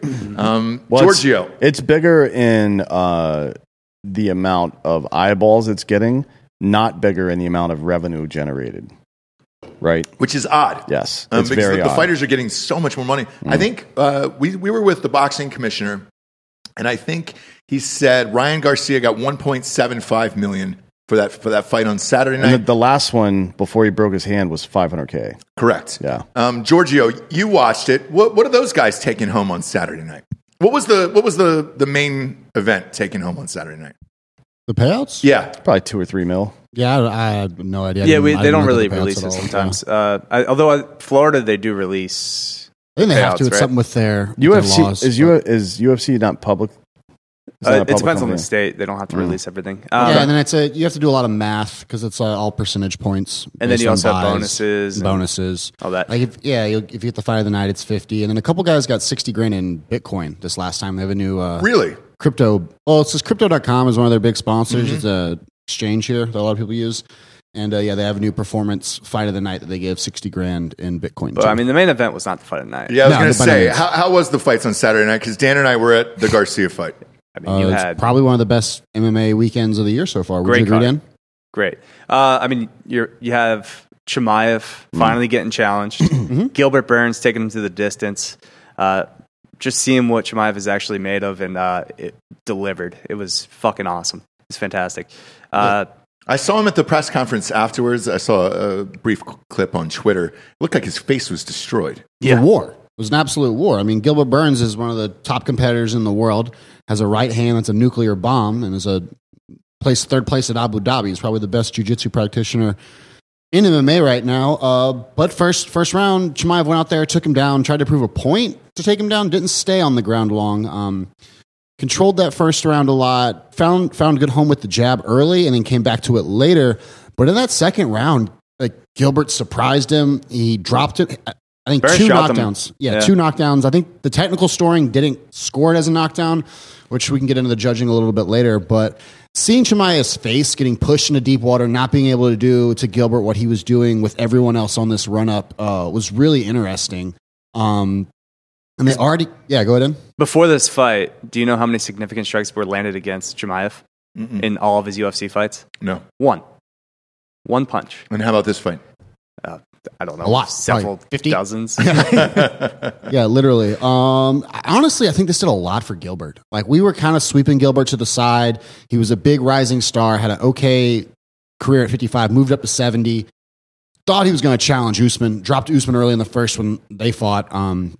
D: Mm-hmm. Well, it's-
B: Giorgio,
D: It's, bigger in uh, the amount of eyeballs it's getting, not bigger in the amount of revenue generated. Right?
B: which is odd.
D: Yes.
B: Um,
D: it's
B: because
D: very
B: the,
D: odd. Mm.
B: the fighters are getting so much more money. I think uh, we, we were with the boxing commissioner, and I think he said Ryan Garcia got 1.75 million for that for that fight on Saturday night.
D: and the, the last one before he broke his hand was 500K.
B: Correct.
D: Yeah.
B: Um, Giorgio, you watched it. What what are those guys taking home on Saturday night? What was the what was the the main event taking home on Saturday night?
F: The payouts?
B: Yeah.
D: Probably two or three mil.
F: Yeah, I, I had no idea. I
E: Yeah,
F: didn't-
E: we,
F: I
E: they
F: didn't
E: don't
F: look
E: really
F: at the payouts
E: release
F: at
E: it
F: all.
E: sometimes. Uh, I, although I, Florida, they do release.
F: I think they have to.
E: payouts,
F: It's
E: right?
F: something with their, with their
D: UFC
F: laws.
D: is,
F: but-
D: U, is UFC not public? It's not
E: Uh,
D: a
E: it
D: public
E: depends on
D: company.
E: the state. They don't
F: Mm.
E: have to release everything. Um,
F: yeah, and then it's a you have to do a lot of math because it's uh, all percentage points.
E: then
F: based
E: you
F: on
E: also have
F: buys,
E: bonuses and
F: bonuses,
E: all that.
F: Like if, yeah, you'll, if you get the fight of the night, it's fifty, and then a couple guys got sixty grand in Bitcoin this last time. They have a new uh,
B: Really?
F: crypto. Well, it's just crypto.com is one of their big sponsors.
E: Mm-hmm.
F: It's a exchange here that a lot of people use. And uh, yeah, they have a new performance fight of the night that they give 60 grand in Bitcoin.
E: But
F: to.
E: I mean, the main event was not the fight of the night.
B: Yeah, I was
F: No,
B: going
F: the
B: to say,
F: Bunnies.
B: how, how was the fights on Saturday night? Because Dan and I were at the Garcia fight.
E: I mean,
F: Uh,
E: you
F: it's
E: had
F: probably one of the best MMA weekends of the year so far. Would
E: Great
F: you agree,
E: card.
F: Dan?
E: great. Uh, I mean, you're you have Chimaev
F: Mm.
E: finally getting
F: [clears throat] Mm-hmm.
E: challenged. Gilbert Burns taking him to the distance. Uh, just seeing what Chimaev is actually made of, and uh, it delivered. It was fucking awesome. It's fantastic. Uh,
B: I saw him at the press conference afterwards. I saw a brief cl- clip on Twitter. It looked like his face was destroyed.
F: It was a war. It was an absolute war. I mean, Gilbert Burns is one of the top competitors in the world, has a right hand that's a nuclear bomb, and is a place third place at Abu Dhabi. He's probably the best jiu-jitsu practitioner in MMA right now. Uh, but first, first round, Chimaev went out there, took him down, tried to prove a point to take him down, didn't stay on the ground long. Um, controlled that first round a lot, found found good home with the jab early, and then came back to it later. But in that second round, like Gilbert surprised him. He dropped it. I- I think
E: Barry
F: two
E: shot them.
F: knockdowns. Yeah,
E: Yeah.
F: two knockdowns. I think the technical scoring didn't score it as a knockdown, which we can get into the judging a little bit later. But seeing Chamaya's face getting pushed into deep water, not being able to do to Gilbert what he was doing with everyone else on this run up uh, was really interesting. Um, and they already, yeah, go ahead. Em.
E: Before this fight, do you know how many significant strikes were landed against Jemayev in all of his UFC fights?
B: No.
E: One. One punch.
B: And how about this fight?
E: I don't know.
F: A lot.
E: Several
F: Probably 50? [laughs]
E: dozens.
F: Yeah, literally. Um, I- honestly, I think this did a lot for Gilbert. Like we were kind of sweeping Gilbert to the side. He was a big rising star, had an okay career at 55, moved up to 70. Thought he was going to challenge Usman. Dropped Usman early in the first when they fought. Um,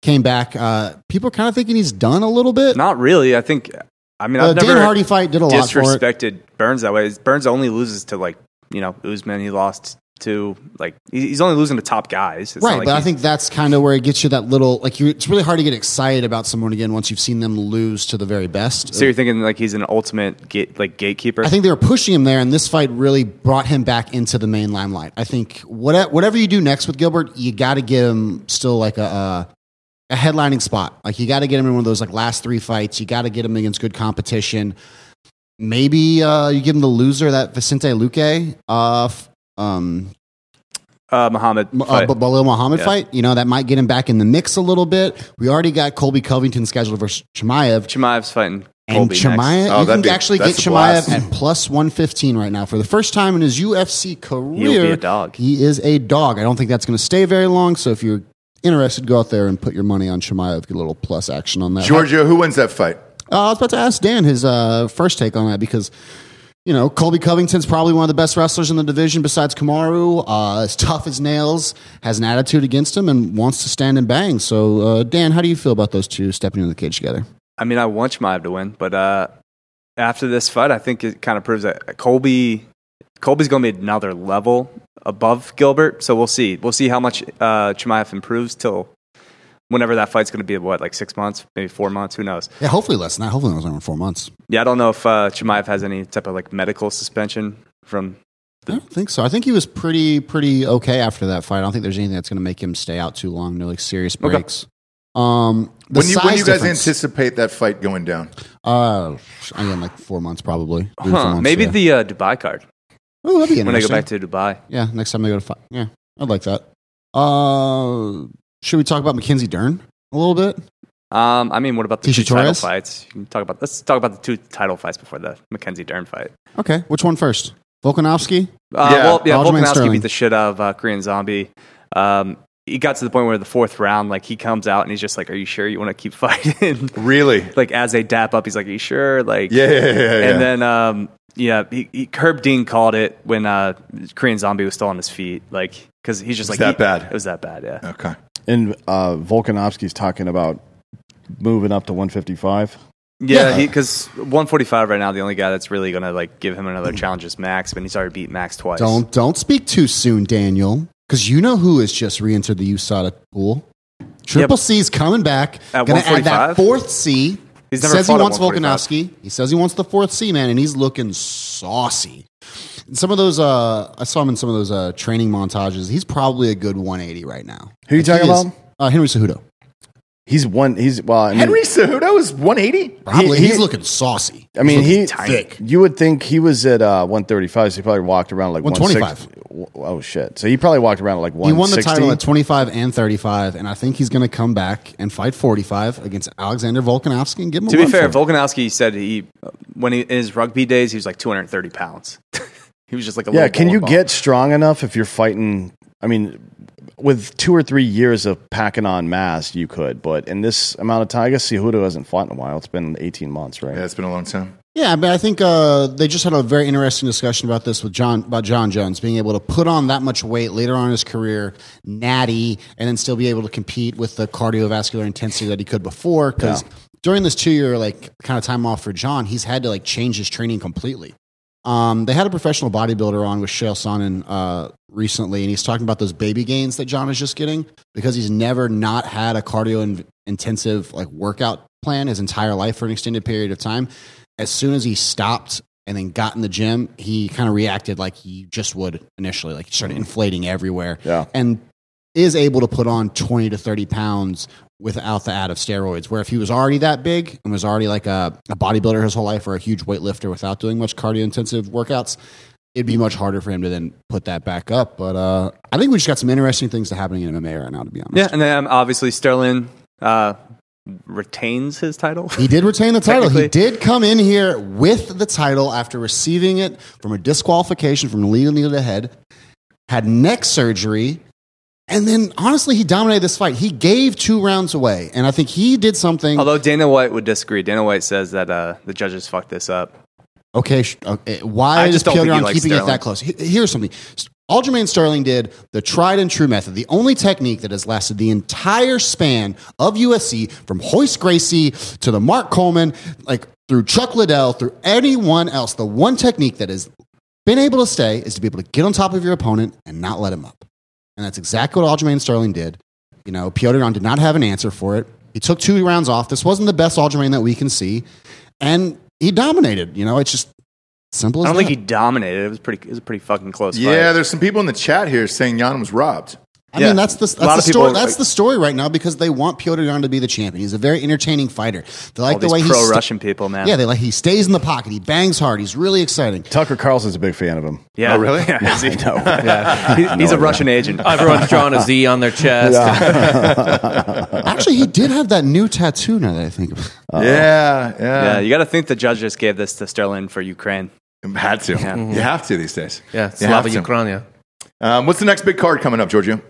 F: came back. Uh, people are kind of thinking he's done a little bit.
E: Not really. I think, I mean,
F: the
E: I've never
F: Uh, Dan Hardy fight did a lot for it.
E: disrespected Burns that way. Burns only loses to, like, you know, Usman. He lost to, like, he- he's only losing to top guys. It's not
F: Right,
E: like
F: but I
E: he's-
F: think that's kind of where it gets you that little like you. It's really hard to get excited about someone again once you've seen them lose to the very best.
E: So you're thinking, like, he's an ultimate, gate, like, gatekeeper?
F: I think they were pushing him there, and this fight really brought him back into the main limelight. I think what, whatever you do next with Gilbert, you got to give him still like a, uh, a headlining spot. Like you got to get him in one of those like last three fights. You got to get him against good competition. Maybe uh, you give him the loser that Vicente Luque, uh, f- um,
E: uh, Muhammad.
F: M- uh,
E: fight.
F: B- Bilal Muhammad
E: Yeah.
F: fight. You know that might get him back in the mix a little bit. We already got Colby Covington scheduled versus Chimaev.
E: Chimaev's fighting
F: And
E: Colby next.
F: Chamayev,
B: Oh,
F: you can
B: that'd be-
F: actually get
B: that's a
F: Chamayev
B: blast.
F: at plus 115 right now. For the first time in his UFC career,
E: He'll be a dog.
F: He is a dog. I don't think that's going to stay very long. So if you're interested, go out there and put your money on Chamayev. Get a little plus action on that.
B: Giorgio, who wins that fight?
F: Uh, I was about to ask Dan his uh, first take on that because. You know, Colby Covington's probably one of the best wrestlers in the division besides Kamaru. Uh, is tough as nails, has an attitude against him, and wants to stand and bang. So, uh, Dan, how do you feel about those two stepping into the cage together?
E: I mean, I want Chimaev to win, but uh, after this fight, I think it kind of proves that Colby Colby's going to be another level above Gilbert. So we'll see. We'll see how much uh, Chimaev improves till whenever that fight's going to be. What, like six months, maybe four months? Who knows?
F: Yeah, hopefully less than that. Hopefully, it was over four months.
E: Yeah, I don't know if uh, Chimaev has any type of like medical suspension from.
F: I don't think so. I think he was pretty pretty okay after that fight. I don't think there's anything that's going to make him stay out too long. No like serious breaks. Um, the
B: When you, when
F: size
B: you guys
F: difference,
B: anticipate that fight going down?
F: uh, again, like four months probably. Three, four
E: Huh,
F: months,
E: maybe
F: yeah.
E: the uh, Dubai card
F: Ooh, that'd be
E: when I go
F: interesting.
E: back to Dubai.
F: yeah, next time they go to fight. Yeah, I'd like that. Uh, should we talk about Mackenzie Dern a little bit?
E: Um, I mean, what about the
F: Tisha
E: two title
F: Torres?
E: fights? You can talk about. Let's talk about the two title fights before the Mackenzie Dern fight.
F: Okay, which one first? Volkanovski.
E: Uh,
B: Yeah.
E: Well, yeah,
F: Aljamain
E: Volkanovski
F: Sterling.
E: beat the shit out of uh, Korean Zombie. Um, he got to the point where the fourth round, like he comes out and he's just like, "Are you sure you want to keep [laughs] fighting?"
B: Really?
E: like as they dap up, he's like, "Are you sure?" Like,
B: Yeah, yeah, yeah, yeah, yeah.
E: And then, um, yeah, he, he, Herb Dean called it when uh, Korean Zombie was still on his feet, like because he's just
B: was
E: like
B: that
E: he-
B: bad.
E: It was that bad, yeah.
B: Okay.
D: And uh, Volkanovski's talking about moving up to 155.
E: Yeah, because 145 right now, the only guy that's really gonna like give him another
B: Mm.
E: challenge is Max, but he's already beat Max twice.
F: Don't don't speak too soon, Daniel, because you know who has just re-entered the USADA pool. Triple C's coming back.
E: At
F: Gonna add
E: 145?
F: that fourth C.
E: He's never
F: says he
E: fought at
F: wants
E: 145.
F: Volkanovski. He says he wants the fourth C man, and he's looking saucy. And some of those, uh, I saw him in some of those uh, training montages. He's probably a good 180 right now.
D: Who you
F: Like,
D: talking
F: he is-
D: about?
F: Uh, Henry Cejudo.
D: He's one. He's well. I mean,
B: Henry Cejudo is 180?
F: Probably.
D: He-
F: he's
D: he-
F: looking saucy.
D: I mean, he.
F: thick.
D: You would think he was at uh, 135, so he probably walked around like
F: 125.
D: 160 Oh shit! So he probably walked around like
F: He won the
D: 160.
F: title at 25 and 35, and I think he's going to come back and fight 45 against Alexander Volkanovski and give him a
E: To be
F: run
E: fair,
F: for it.
E: Volkanovski said he, when he in his rugby days, he was like 230 pounds. [laughs] he was just like a
D: yeah,
E: little
D: can
E: bowling
D: you
E: ball.
D: get strong enough if you're fighting? I mean, with two or three years of packing on mass, you could. But in this amount of time, I guess Cejudo hasn't fought in a while. It's been 18 months, right?
B: Yeah, it's been a long time.
F: Yeah, but I think uh, they just had a very interesting discussion about this with John about John Jones being able to put on that much weight later on in his career, natty, and then still be able to compete with the cardiovascular intensity that he could before. Because during this two year like kind of time off for John, he's had to like change his training completely. Um, they had a professional bodybuilder on with Shale Sonnen uh, recently, and he's talking about those baby gains that John is just getting because he's never not had a cardio in- intensive like workout plan his entire life for an extended period of time. As soon as he stopped and then got in the gym, he kind of reacted like he just would initially, like he started inflating everywhere,
D: Yeah.
F: and is able to put on twenty to thirty pounds without the add of steroids. Where if he was already that big and was already like a, a bodybuilder his whole life or a huge weightlifter without doing much cardio intensive workouts, it'd be much harder for him to then put that back up. But uh, I think we just got some interesting things that are happening in MMA right now, to be honest.
E: Yeah, and then um, obviously Sterling uh, retains his title.
F: He did retain the title. He
E: Technically.
F: did come in here with the title after receiving it from a disqualification from legal knee to the head, had neck surgery, and then honestly, he dominated this fight. He gave two rounds away, and I think he did something.
E: Although Dana White would disagree. Dana White says that uh, the judges fucked this up.
F: Okay, sh- okay, why
E: I
F: is
E: just don't think
F: Piotr
E: he
F: on
E: likes
F: keeping it
E: Sterling.
F: that close? He- Here's something. S- Aljamain Sterling did the tried and true method, the only technique that has lasted the entire span of USC, from Hoist Gracie to the Mark Coleman, like through Chuck Liddell, through anyone else. The one technique that has been able to stay is to be able to get on top of your opponent and not let him up. And that's exactly what Aljamain Sterling did. You know, Piotr Jan did not have an answer for it. He took two rounds off. This wasn't the best Aljamain that we can see. And he dominated. You know, it's just simple
E: I
F: as
E: don't think
F: that.
E: he dominated. It was pretty. It was a pretty fucking close.
B: Yeah,
E: fight.
B: there's some people in the chat here saying Jan was robbed.
F: I
E: yeah.
F: mean, that's the,
E: A lot
F: that's, the
E: of people
F: story,
E: are like-
F: that's the story right now because they want Piotr Jan to be the champion. He's a very entertaining fighter. They like
E: all
F: the
E: these
F: way he's.
E: pro Russian people, man.
F: yeah, they like he stays in the pocket. He bangs hard. He's really exciting.
D: Tucker Carlson's a big fan of him.
E: yeah.
B: Oh, really?
E: [laughs] Yeah, is he?
D: [laughs] No.
E: Yeah. He- he's a Russian agent.
C: Everyone's drawing a Z on their chest.
D: Uh,
F: Actually, he did have that new tattoo. Now that I think of
E: [laughs]
F: it.
E: Uh,
B: yeah,
E: yeah,
B: yeah.
E: you got to think the judges gave this to Sterling for Ukraine.
B: Had to.
E: Yeah.
B: You have to these days.
C: Yeah,
B: You have
C: Slava
B: to.
C: Ukraina.
B: Um, what's the next big card coming up, Giorgio?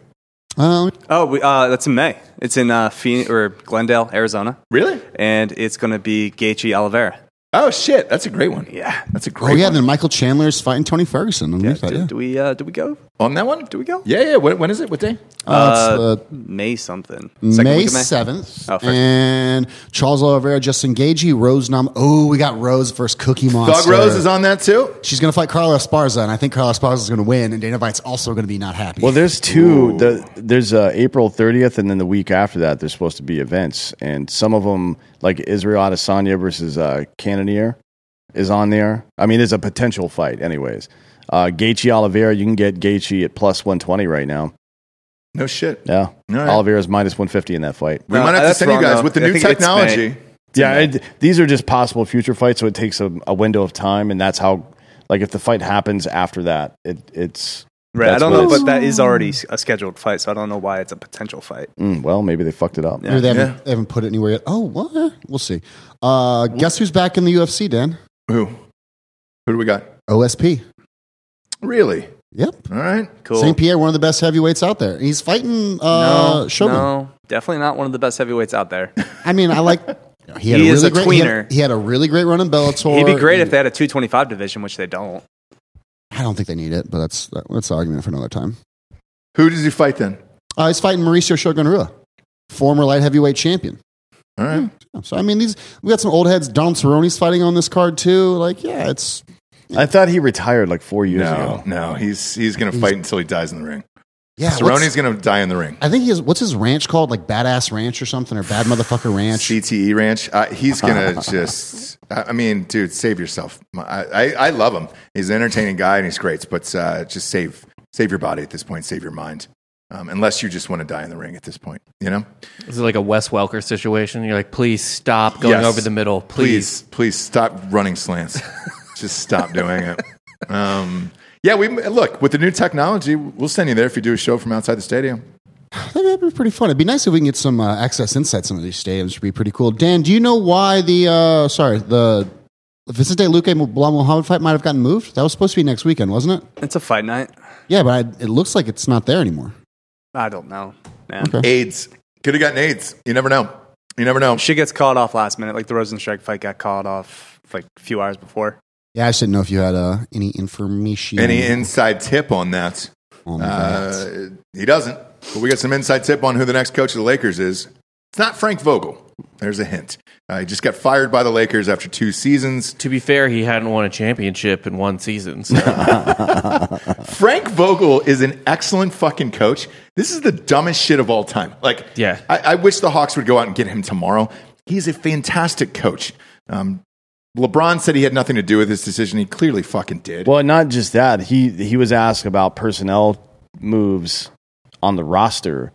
F: Uh,
E: Oh, we, uh, that's in May. It's in uh, Phoenix or Glendale, Arizona,
B: Really?
E: and it's going to be Gaethje Oliveira.
B: Oh shit, that's a great one.
E: Yeah.
B: That's a great
F: oh yeah,
B: one.
F: then Michael Chandler's fighting Tony Ferguson. I
E: Yeah,
F: believe that,
E: do,
F: yeah.
E: do we uh, do we go?
B: On that one?
E: Do we go?
B: Yeah, yeah. When, when is it? What day?
F: Uh, it's, uh,
E: May something.
F: May
E: week of
F: seventh,
E: Oh, first.
F: and Charles Oliveira, Justin Gagey, Rose Nam. Oh, we got Rose versus Cookie Monster.
B: Dog Rose is on that too.
F: She's going to fight Carla Esparza, and I think Carla Esparza is going to win, and Dana White's also going to be not happy.
D: Well, there's two. The, there's uh, April 30th, and then the week after that, there's supposed to be events, and some of them, like Israel Adesanya versus uh, Cannonier, is on there. I mean, it's a potential fight, anyways. Uh, Gaethje Oliveira, you can get Gaethje at plus 120 right now.
B: No shit.
D: Yeah,
B: right.
D: Oliveira's minus 150 in that fight.
B: We
E: No,
B: might have to
E: that's
B: send you
E: wrong,
B: guys
E: though.
B: with the
E: I
B: new
E: think it's
B: technology.
D: yeah, it, these are just possible future fights, so it takes a, a window of time, and that's how. Like, if the fight happens after that, it, it's
E: Right. I
D: that's
E: don't
D: what
E: know,
D: it's-
E: but that is already s- a scheduled fight, so I don't know why it's a potential fight.
D: mm, well, maybe they fucked it up.
F: Maybe they, haven't, they haven't put it anywhere yet. Oh, what? We'll see. Uh, guess who's back in the UFC, Dan?
B: Who? Who do we got?
F: OSP.
B: Really?
F: Yep.
B: All right.
E: Cool.
F: St. Pierre, one of the best heavyweights out there. He's fighting uh,
E: no,
F: Shogun.
E: no, definitely not one of the best heavyweights out there.
F: I mean, I like. [laughs] He,
E: He is a
F: great, he, had,
E: tweener.
F: he had a really great run in Bellator.
E: He'd be great if they had a 225 division, which they don't.
F: I don't think they need it, but that's that, that's an argument for another time.
B: Who does he fight then?
F: Uh, he's fighting Mauricio Shogun Rua, former light heavyweight champion.
B: All right.
F: So I mean, these we got some old heads. Don Cerrone's fighting on this card too. Like, yeah, it's
D: I thought he retired like four years
B: No,
D: ago.
B: no. He's he's gonna fight until he dies in the ring.
F: yeah. what's-
B: Cerrone's gonna die in the ring.
F: I think he has what's his ranch called? Like Badass Ranch or something, or Bad Motherfucker Ranch.
B: CTE Ranch. Uh, he's [laughs] gonna just. I I mean, dude, save yourself. My- I, I I love him. He's an entertaining guy and he's great. But uh, just save save your body at this point. Save your mind. Um, unless you just want to die in the ring at this point, you know.
C: Is it like a Wes Welker situation? You're like, please stop going
B: Yes.
C: over the middle. Please.
B: please, please stop running
F: [laughs]
B: slants. Just stop doing it. Um, yeah, we look with the new technology. We'll send you there if you do a show from outside the stadium.
F: I think that'd be pretty fun. It'd be nice if we can get some uh, access inside some of these stadiums. Would be pretty cool. Dan, do you know why the uh, sorry the Vicente Luque Blah Muhammad fight might have gotten moved? That was supposed to be next weekend, wasn't it?
E: It's a fight night.
F: Yeah, but I, it looks like it's not there anymore.
E: I don't know. Man.
B: AIDS could have gotten AIDS. You never know. You never know.
E: Shit gets called off last minute. Like the Rosenstrike fight got called off like a few hours before.
F: Yeah, I just didn't know if you had uh, any information.
B: Any inside tip on that?
F: on that.
B: Uh, he doesn't. But we got some inside tip on who the next coach of the Lakers is. It's not Frank Vogel. There's a hint. Uh, he just got fired by the Lakers after two seasons.
C: To be fair, he hadn't won a championship in one season. So.
B: Frank Vogel is an excellent fucking coach. This is the dumbest shit of all time. Like,
C: Yeah.
B: I, I wish the Hawks would go out and get him tomorrow. He's a fantastic coach. Um, LeBron said he had nothing to do with this decision. He clearly fucking did.
D: Well, not just that. He he was asked about personnel moves on the roster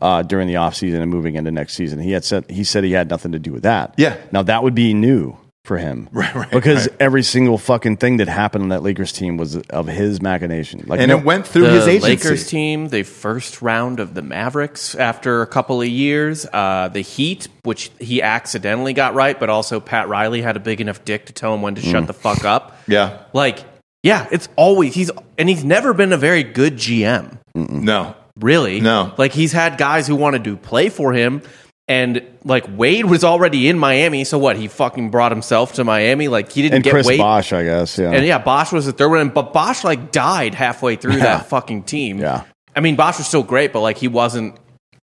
D: uh, during the offseason and moving into next season. He had said he said he had nothing to do with that.
B: Yeah.
D: Now that would be new for him,
B: [laughs] Right, right,
D: Because
B: right.
D: every single fucking thing that happened on that Lakers team was of his machination. Like
B: and
D: no-
B: it went [laughs] through
C: the
B: his agency.
C: Lakers team, the first round of the Mavericks after a couple of years, uh, the Heat, which he accidentally got right, but also Pat Riley had a big enough dick to tell him when to shut the fuck up.
B: Mm. Yeah.
C: Like, yeah, it's always he's and he's never been a very good GM,
B: No.
C: really.
B: No.
C: like he's had guys who wanted to play for him. And like Wade was already in Miami, so what? He fucking brought himself to Miami. Like he didn't
D: and
C: get
D: Chris
C: Wade.
D: Bosch, I guess. Yeah.
C: And yeah, Bosch was the third one, but Bosch like died halfway through that fucking team.
D: Yeah.
C: I mean Bosch was still great, but like he wasn't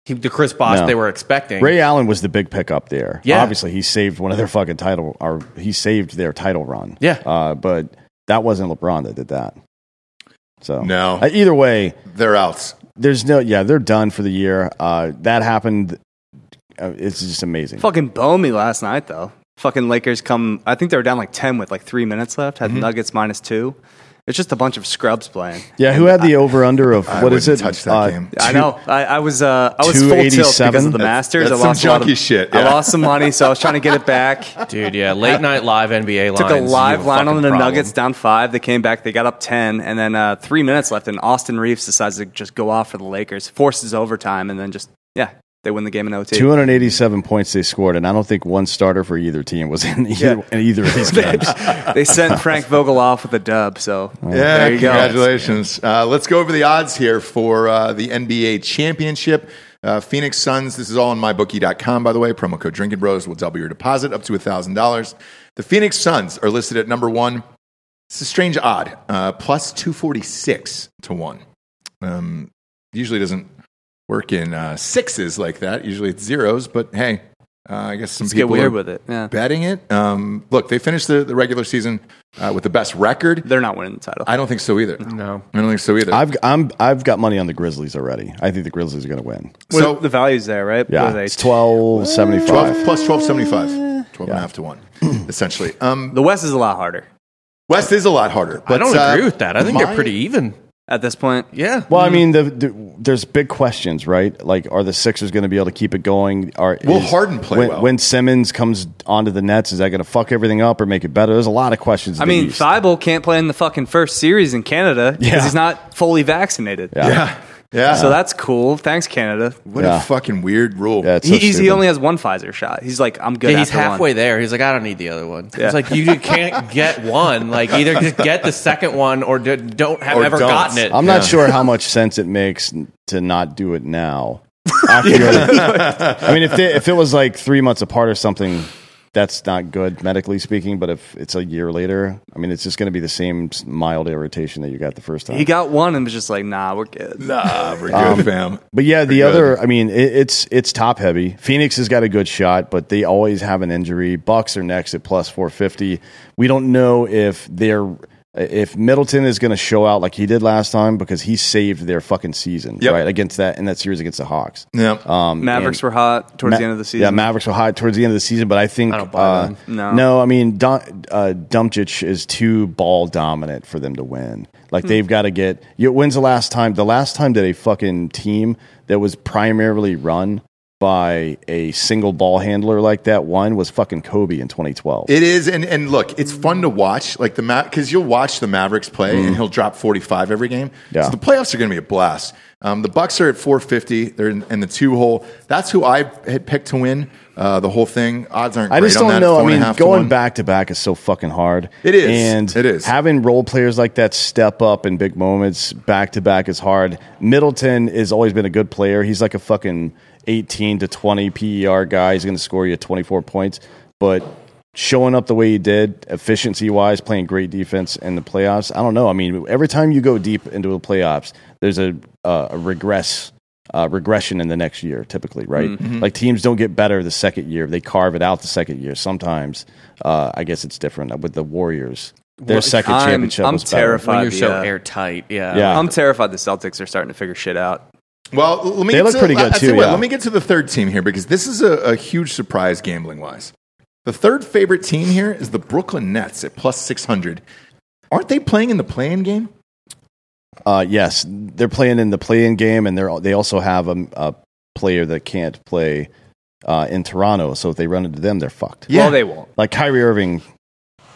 C: he, the Chris Bosch
D: No.
C: they were expecting.
D: Ray Allen was the big pickup there.
C: Yeah.
D: Obviously, he saved one of their fucking title, or he saved their title run.
C: Yeah.
D: Uh, but that wasn't LeBron that did that. So
B: No.
D: Uh, either way,
B: They're out.
D: there's no. Yeah, they're done for the year. Uh, that happened. Uh, it's just amazing.
E: Fucking boned me last night though. Fucking Lakers come. I think they were down like ten with like three minutes left.
C: Mm-hmm.
E: Had Nuggets minus two. It's just a bunch of
C: [laughs]
E: scrubs playing.
D: Yeah. Who had the over under of
B: I
D: what is it?
B: wouldn't touch that
D: Uh,
B: game.
E: I know. I, I was uh, I was full tilt because
D: 287?
E: of the Masters.
B: that's
E: I lost
B: some
E: a lot of-
B: junkie shit,
E: I
B: yeah.
E: lost some money, so I was trying to get it back.
C: [laughs] Dude, yeah, late night live NBA lines.
E: Took a live
C: you have
E: line on
C: fucking
E: the
C: problem.
E: Nuggets down five. They came back. They got up ten, and then uh, three minutes left, and Austin Reeves decides to just go off for the Lakers, forces overtime, and then just yeah, they win the game in OT.
D: 287 points they scored, and I don't think one starter for either team was in either, in either of
E: [laughs]
D: [laughs] these games.
E: they sent Frank Vogel off with a dub. So
B: Yeah,
E: there you go.
B: congratulations. Uh, let's go over the odds here for uh, the NBA championship. Uh, Phoenix Suns, this is all on mybookie.com, by the way. Promo code Drinking Bros will double your deposit up to $1,000. The Phoenix Suns are listed at number one. It's a strange odd, uh, plus 246 to one. Um, usually doesn't work in uh, sixes like that. Usually it's zeros, but hey, uh, I guess some
E: Let's get
B: people
E: weird
B: are
E: with it. Yeah,
B: betting it. Um, look, they finished the, the regular season uh, with the best record.
E: they're not winning the title.
B: I don't think so either.
C: No.
B: I don't think so either.
D: I've I'm I've got money on the Grizzlies already. I think the Grizzlies are going to win.
E: so
B: so-
E: the value's there, right? What
D: Yeah,
E: are they?
D: it's twelve seventy
B: 12
D: five.
B: plus 1275. 12 and a half to 1, essentially. Um,
E: The West is a lot harder
B: West is a lot harder. But,
C: I don't
B: uh,
C: agree with that. I think
B: my-
C: they're pretty even.
E: at this point.
C: Yeah.
D: Well,
B: Mm.
D: I mean, the, the, there's big questions, right? Like, are the Sixers going to be able to keep it going? Are,
B: Will Harden play
D: when,
B: well?
D: when Simmons comes onto the Nets? Is that going to fuck everything up or make it better? There's a lot of questions.
E: I
D: in the
E: mean,
D: East.
E: Thibault can't play in the fucking first series in Canada because
D: Yeah.
E: he's not fully vaccinated.
B: [laughs] Yeah. Yeah.
E: So that's cool. Thanks, Canada.
B: what
D: Yeah.
B: a fucking weird rule.
D: Yeah, it's so
E: He, he's, he
D: stupid.
E: only has one Pfizer shot. He's like, I'm good.
C: Yeah, he's
E: after one.
C: halfway there. He's like, I don't need the other one. It's like you
D: [laughs]
C: can't get one. Like either just get the second one or d- don't have
B: Or
C: ever
B: don't.
C: gotten it.
D: I'm not sure how much sense it makes n- to not do
E: [laughs]
D: it now. After you're- I mean, if they, if it was like three months apart or something, that's not good medically speaking. But if it's a year later, I mean, it's just going to be the same s- mild irritation that you got the first time.
E: He got one and was just like, Nah, we're good.
B: Nah, we're good, fam.
D: But yeah, the
B: Pretty good.
D: other, I mean, it, it's it's top heavy. Phoenix has got a good shot, but they always have an injury. Bucks are next at plus four fifty. We don't know if they're if Middleton is going to show out like he did last time because he saved their fucking season
B: Yep.
D: right against that in that series against the Hawks.
B: Yeah.
E: Mavericks were hot towards the end of the season.
D: Yeah, Mavericks were hot towards the end of the season, but I think
C: I don't buy
D: uh,
C: them.
D: no. I mean, Dom, uh, Dumchich is too ball dominant for them to win. Like
B: Hmm.
D: they've got to get. You, when's the last time? The last time that a fucking team that was primarily run by a single ball handler like that won was fucking Kobe in 2012.
B: It is, and and look, it's fun to watch. Like the because you'll watch the Mavericks play, and he'll drop forty five every game.
D: Yeah.
B: So the playoffs are going to be a blast. Um, the Bucks are at four fifty. They're in, in the two hole. That's who I had picked to win uh, the whole thing. Odds aren't.
D: I
B: great
D: just
B: on
D: don't
B: that.
D: know.
B: Four and
D: I
B: a
D: mean,
B: half to
D: going
B: one.
D: back to back is so fucking hard.
B: It is.
D: and
B: It is.
D: having role players like that step up in big moments back to back is hard. Middleton has always been a good player. He's like a fucking eighteen to twenty PER guy. He's going to score you twenty four points, but showing up the way he did, efficiency wise, playing great defense in the playoffs. I don't know. I mean, every time you go deep into the playoffs, there's a, uh, a regress uh, regression in the next year, typically, right? Like teams don't get better the second year; they carve it out the second year. Sometimes, uh, I guess it's different with the Warriors. Their second
E: I'm-
D: championship
E: I'm
D: was better.
E: terrified.
C: when you're so
E: Yeah.
C: airtight.
D: uh, Yeah.
E: I'm terrified the Celtics are starting to figure shit out.
B: Well, let me
D: They
B: get
D: look
B: to,
D: pretty good
B: I- I
D: too,
B: tell you what,
D: yeah.
B: Let me get to the third team here because this is a, a huge surprise gambling wise. The third favorite team here is the Brooklyn Nets at plus six hundred. Aren't they playing in the playing game?
D: Uh, yes, they're playing in the play-in game, and they're they also have a, a player that can't play uh, in Toronto. So if they run into them, they're fucked.
B: Yeah.
E: Well, they won't.
D: Like Kyrie Irving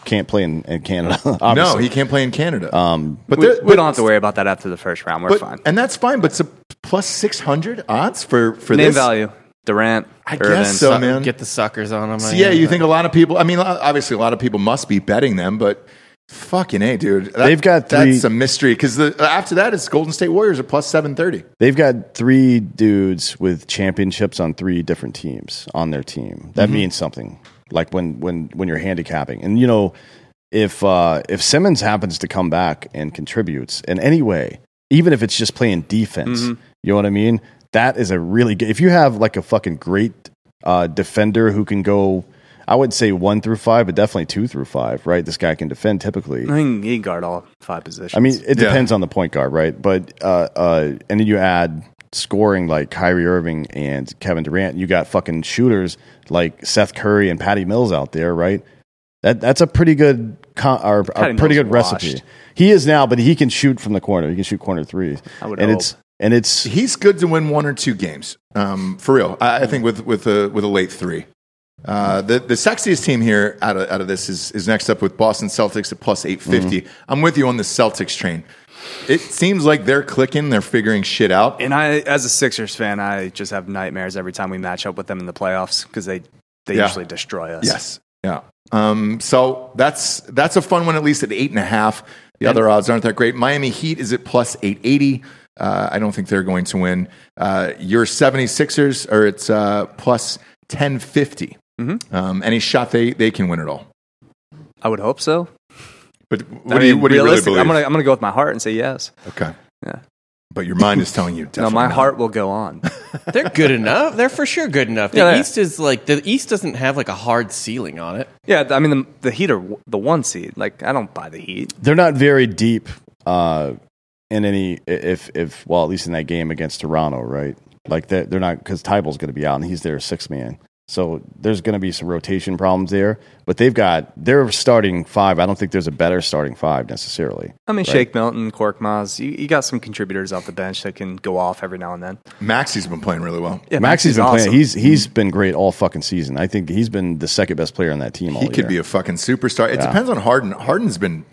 D: can't play in, in Canada. [laughs]
B: no,
D: obviously.
B: he can't play in Canada.
D: Um,
B: but
E: we,
B: there-
E: we don't have to worry about that after the first round. We're
B: but-
E: fine.
B: and that's fine. But it's a plus six hundred odds for for
E: Name
B: this.
E: value Durant.
B: I
E: Irvin.
B: guess so, man.
C: Get the suckers on them.
B: So, yeah, you think a lot of people? I mean, obviously, a lot of people must be betting them, but fucking a, dude, That-
D: They've got three-
B: that's a mystery because after that, it's Golden State Warriors at plus seven thirty.
D: They've got three dudes with championships on three different teams on their team. That means something. Like when when when you're handicapping, and you know, if uh, if Simmons happens to come back and contributes in any way, even if it's just playing defense, you know what I mean. That is a really good. If you have like a fucking great uh, defender who can go, I would say one through five, but definitely two through five. Right, this guy can defend typically.
E: I think he can guard all five positions.
D: I mean, it
B: Yeah.
D: depends on the point guard, right? But uh, uh, and then you add scoring like Kyrie Irving and Kevin Durant. You got fucking shooters like Seth Curry and Patty Mills out there, right? That that's a pretty good con- or a
E: Patty
D: pretty
E: Mills
D: good
E: washed.
D: recipe. He is now, but he can shoot from the corner. He can shoot corner threes,
E: I would
D: and
E: hope.
D: it's and it's
B: He's good to win one or two games, um, for real. I, I think with with a with a late three. Uh, the the sexiest team here out of out of this is is next up with Boston Celtics at plus eight I'm with you on the Celtics train. It seems like they're clicking, they're figuring shit out.
E: and I, as a Sixers fan, I just have nightmares every time we match up with them in the playoffs because they they
B: Yeah.
E: usually destroy us.
B: Yes. Yeah. Um, so that's that's a fun one at least at eight and a half. The other odds aren't that great. Miami Heat is at plus eight eighty. Uh, I don't think they're going to win. Uh, your 76ers are at uh, plus 1050.
E: Mm-hmm.
B: Um, any shot they, they can win it all.
E: I would hope so.
B: But
E: I
B: what, do, you,
E: mean,
B: what do you really
E: realistic-
B: believe?
E: I'm gonna I'm gonna go with my heart and say yes.
B: okay.
E: Yeah.
B: But your mind is telling you.
E: [laughs] No,
B: Definitely
E: my
B: not.
E: heart will
B: [laughs]
E: go on.
C: They're good enough. They're for sure good enough. The
E: Yeah, they-
C: East is like the East doesn't have like a hard ceiling on it.
E: yeah, I mean the, the Heat are w- the one seed. Like I don't buy the Heat.
D: they're not very deep uh, in any if if well at least in that game against Toronto, right? Like that they're not because Tybalt's going to be out and he's their sixth man, so there's going to be some rotation problems there. But they've got their starting five. I don't think there's a better starting five necessarily.
E: I mean Shake Milton, Korkmaz. You, you got some contributors off the bench that can go off every now and then.
B: Maxi's been playing really well.
E: Yeah,
D: Maxi's
E: Maxi's
D: been
E: awesome.
D: playing. He's he's been great all fucking season. I think he's been the second best player on that team.
E: Oh,
D: all
B: He could be a fucking superstar. It depends on Harden. Harden's been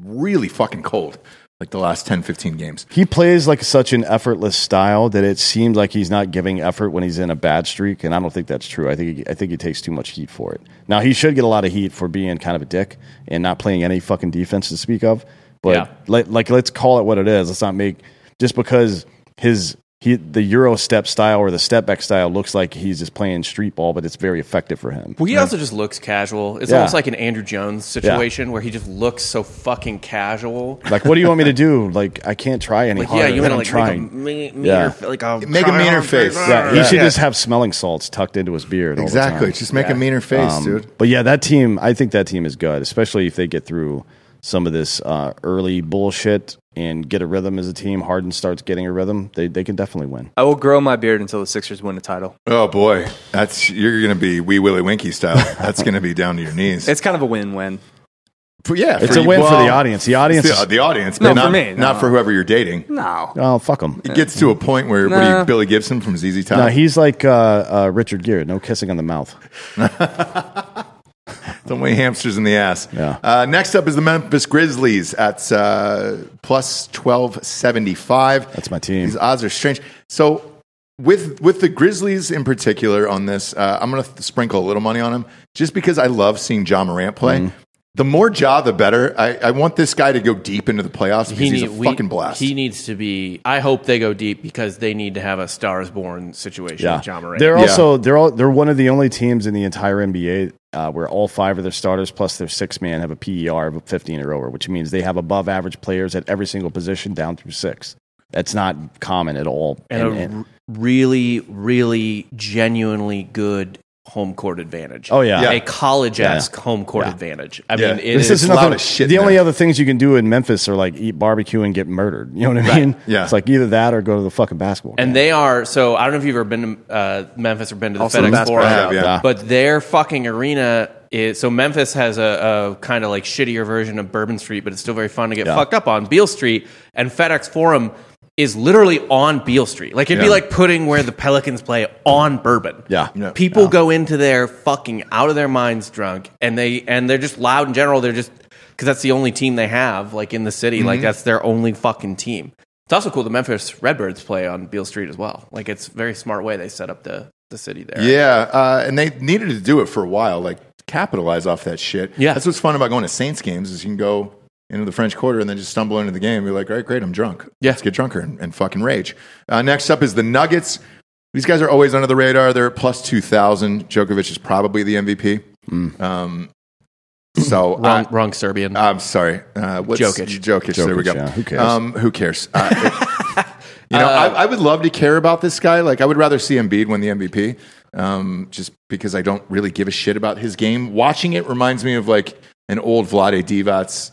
B: really fucking cold like the last 10, 15 games.
D: he plays like such an effortless style that it seems like he's not giving effort when he's in a bad streak, and I don't think that's true. I think he, I think he takes too much heat for it. Now he should get a lot of heat for being kind of a dick and not playing any fucking defense to speak of. But
C: Yeah.
D: let, like let's call it what it is. Let's not make just because his he the Euro step style or the step back style looks like he's just playing street ball, but it's very effective
C: [laughs]
D: for him.
C: Well, he also just looks casual. It's
D: Yeah.
C: almost like an Andrew Jones situation where he just looks so fucking casual.
D: Like, what do you want me to do? Like, I can't try any
C: Like,
D: harder.
C: yeah, you
D: than
C: want to
D: I'm
C: like
D: trying.
C: make a me-
D: Yeah.
C: meaner, like a
B: Make a meaner face.
D: Yeah, he
B: Yeah.
D: should
B: Yeah.
D: just have smelling salts tucked into his beard. all the
B: Exactly.
D: time.
B: Just make a meaner face,
D: Um,
B: dude.
D: But yeah, that team, I think that team is good, especially if they get through some of this uh, early bullshit and get a rhythm as a team. Harden starts getting a rhythm, they they can definitely win.
E: I will grow my beard until the Sixers win a title.
B: Oh boy, that's you're gonna be wee willy winky style. That's gonna be down to your knees.
E: It's kind of a win-win.
B: For- yeah,
D: It's
B: for
D: a
B: you-
D: win for
B: well,
D: the audience. The audience,
B: it's The,
D: is,
B: uh, the audience,
E: No,
B: but
E: for
B: not,
E: me, no.
B: not for whoever you're dating.
E: No,
D: oh fuck him.
B: It gets to a point where what are
E: Nah.
B: you, Billy Gibson from ZZ Top?
D: No, he's like uh, uh, Richard Gere. No kissing on the mouth.
B: Don't weigh hamsters in the ass.
D: Yeah.
B: Uh, next up is the Memphis Grizzlies at uh, plus twelve seventy five.
D: That's my team.
B: These odds are strange. So with with the Grizzlies in particular on this, uh, I'm going to sprinkle a little money on them just because I love seeing John Morant play.
D: Mm-hmm.
B: The more Ja, the better. I, I want this guy to go deep into the playoffs because he's
C: need-
B: a
C: we-
B: fucking blast.
C: He needs to be. I hope they go deep because they need to have a stars born situation.
D: Yeah,
C: with John Morant.
D: they're
B: Yeah.
D: also they're all they're one of the only teams in the entire NBA uh, where all five of their starters plus their six man have a PER of fifteen or over, which means they have above average players at every single position down through six. That's not common at all.
C: and,
D: And-
C: a
D: and-
C: r- really, really genuinely good home court advantage.
D: oh yeah,
B: Yeah.
C: a college esque home court
D: Yeah.
C: advantage. I
B: Yeah.
C: mean, it
D: this
C: is
D: is
B: loud
D: nothing.
B: as shit
D: the
B: in
D: only
B: there.
D: other things you can do in Memphis are like eat barbecue and get murdered. You know what I mean?
B: Yeah.
D: it's like either that or go to the fucking basketball.
C: And
D: game.
C: they are so I don't know if you've ever been to uh, Memphis or been to the
E: Also the
C: FedEx
E: basketball
C: Forum,
B: have, yeah.
C: but their fucking arena is so Memphis has a, a kind of like shittier version of Bourbon Street, but it's still very fun to get fucked up on Beale Street and FedEx Forum is literally on Beale Street. Like it'd be
B: Yeah.
C: like putting where the Pelicans play on Bourbon.
D: Yeah.
B: Yeah.
C: People go into there fucking out of their minds drunk and they and they're just loud in general. They're just because that's the only team they have like in the city.
B: Mm-hmm.
C: Like that's their only fucking team. It's also cool the Memphis Redbirds play on Beale Street as well. Like it's a very smart way they set up the the city there.
B: Yeah, uh, and they needed to do it for a while, like capitalize off that shit.
C: Yeah.
B: that's what's fun about going to Saints games is you can go into the French Quarter and then just stumble into the game. and be like, all right, great, I'm drunk.
C: Yeah.
B: let's get drunker and, and fucking rage. Uh, next up is the Nuggets. These guys are always under the radar. They're at plus two thousand. Djokovic is probably the MVP. Um, so
C: Wrong,
D: Uh,
B: I,
C: wrong Serbian.
B: I'm sorry, uh, what's,
C: Jokic.
B: Jokic. There we
D: Jokic,
B: go.
D: yeah, who cares?
B: Um, who cares?
D: [laughs]
B: Uh, you know, I, I would love to care about this guy. Like, I would rather see Embiid win the MVP, um, just because I don't really give a shit about his game. Watching it reminds me of like an old Vlade Divac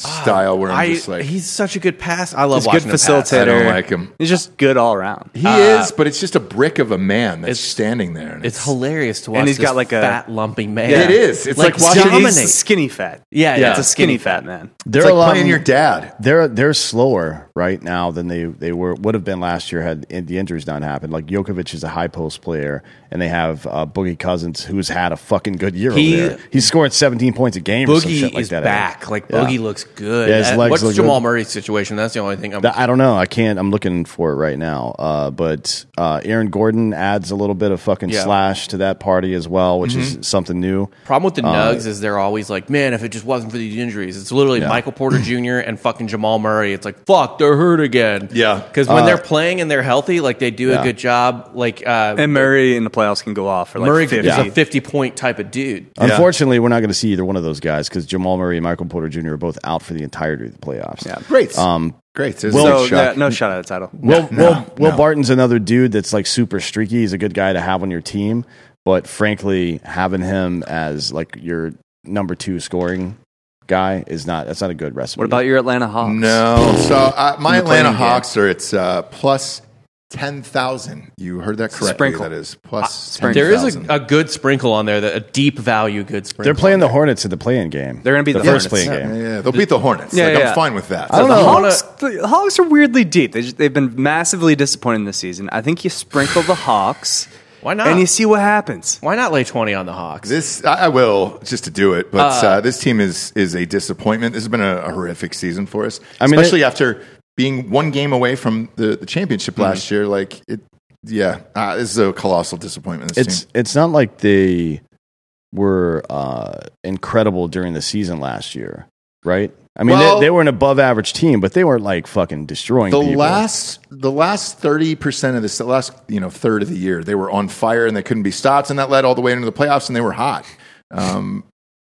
B: style, where I'm
C: I-
B: just like,
C: he's such a good pass. I love
E: He's a
C: watching
E: good
C: him pass.
B: I
E: facilitator.
B: don't like him.
E: He's just good all around.
B: He is, but it's just a brick of a man that's standing there. and
C: It's hilarious to watch.
E: he's
C: this
E: got, like, a-
C: fat lumpy man.
B: It is. It's like watching-
E: He's
C: dominate.
E: skinny fat.
C: Yeah, yeah.
E: It's a skinny, fat man.
D: They're
B: it's like
D: allowing-
B: playing your dad.
D: They're they're slower right now than they, they were would have been last year had in- the injuries not happened. Like Jokovic is a high post player, and they have uh, Boogie Cousins, who's had a fucking good year.
C: He-
D: over there. he's scoring seventeen points a game. or some
C: Boogie
D: shit like
C: is
D: that, I think.
C: back. Like Boogie
D: Yeah.
C: looks good.
D: Yeah, his
C: Uh,
D: legs
C: What's
D: look
C: Jamal
D: good.
C: Murray's situation? That's the only thing I'm.
D: That- I don't know. I can't. I'm looking for it right now. Uh, but uh, Aaron Gordon adds a little bit of fucking
C: Yeah.
D: slash to that party as well, which is something new.
C: problem with the
D: uh,
C: Nugs is they're always like, man, if it just wasn't for these injuries, it's literally Michael
D: [clears throat]
C: Porter Jr. and fucking Jamal Murray. It's like, fuck, they're hurt again.
B: Yeah.
C: because
D: Uh,
C: when they're playing and they're healthy, like they do a good job. Like uh,
E: And Murray in the playoffs can go off for like
C: Murray
E: 50.
C: is a fifty point type of dude.
D: Unfortunately, we're not going to see either one of those guys because Jamal Murray and Michael Porter Jr. are both out for the entirety of the playoffs.
E: Yeah.
B: Great,
D: Um,
B: great. There's
D: Well-
B: no
E: So,
B: shot.
E: no, no shot at the title.
D: Will,
B: No,
D: Will, Oh, Will
B: Oh, no.
D: Barton's another dude that's like super streaky. He's a good guy to have on your team, but frankly, having him as like your number two scoring guy is not that's not a good recipe.
E: What about your Atlanta Hawks?
B: No. So uh, my
E: In the playing
B: Atlanta
E: game.
B: Hawks are it's uh, plus ten thousand. You heard that correctly.
E: Sprinkle.
B: That is plus.
E: Uh,
C: There is
B: 10,000.
C: a, a good sprinkle on there, that a deep value good sprinkle.
D: They're playing the Hornets in the play-in game.
E: They're gonna beat the
D: first
E: Hornets.
B: yeah,
D: play-in game.
B: yeah, they'll beat the Hornets.
E: Yeah,
B: like,
E: yeah.
B: I'm fine with that.
D: I don't
E: The
D: know.
E: Hawks, the Hawks are weirdly deep. They just, they've been massively disappointing this season. I think you sprinkle the Hawks.
C: Why not?
E: And you see what happens.
C: Why not lay twenty on the Hawks?
B: This I, I will just to do it, but uh, this team is is a disappointment. This has been a, a horrific season for us,
D: I mean,
B: especially
D: it-
B: after being one game away from the, the championship
D: Mm-hmm.
B: last year. Like it, yeah, uh, this is a colossal disappointment. This
D: It's
B: team.
D: it's not like they were uh, incredible during the season last year, right? I mean,
B: Well-
D: they, they were an above-average team, but they weren't like fucking destroying
B: the
D: people.
B: last the last 30% of this the last you know third of the year they were on fire and they couldn't be stopped and that led all the way into the playoffs and they were hot um,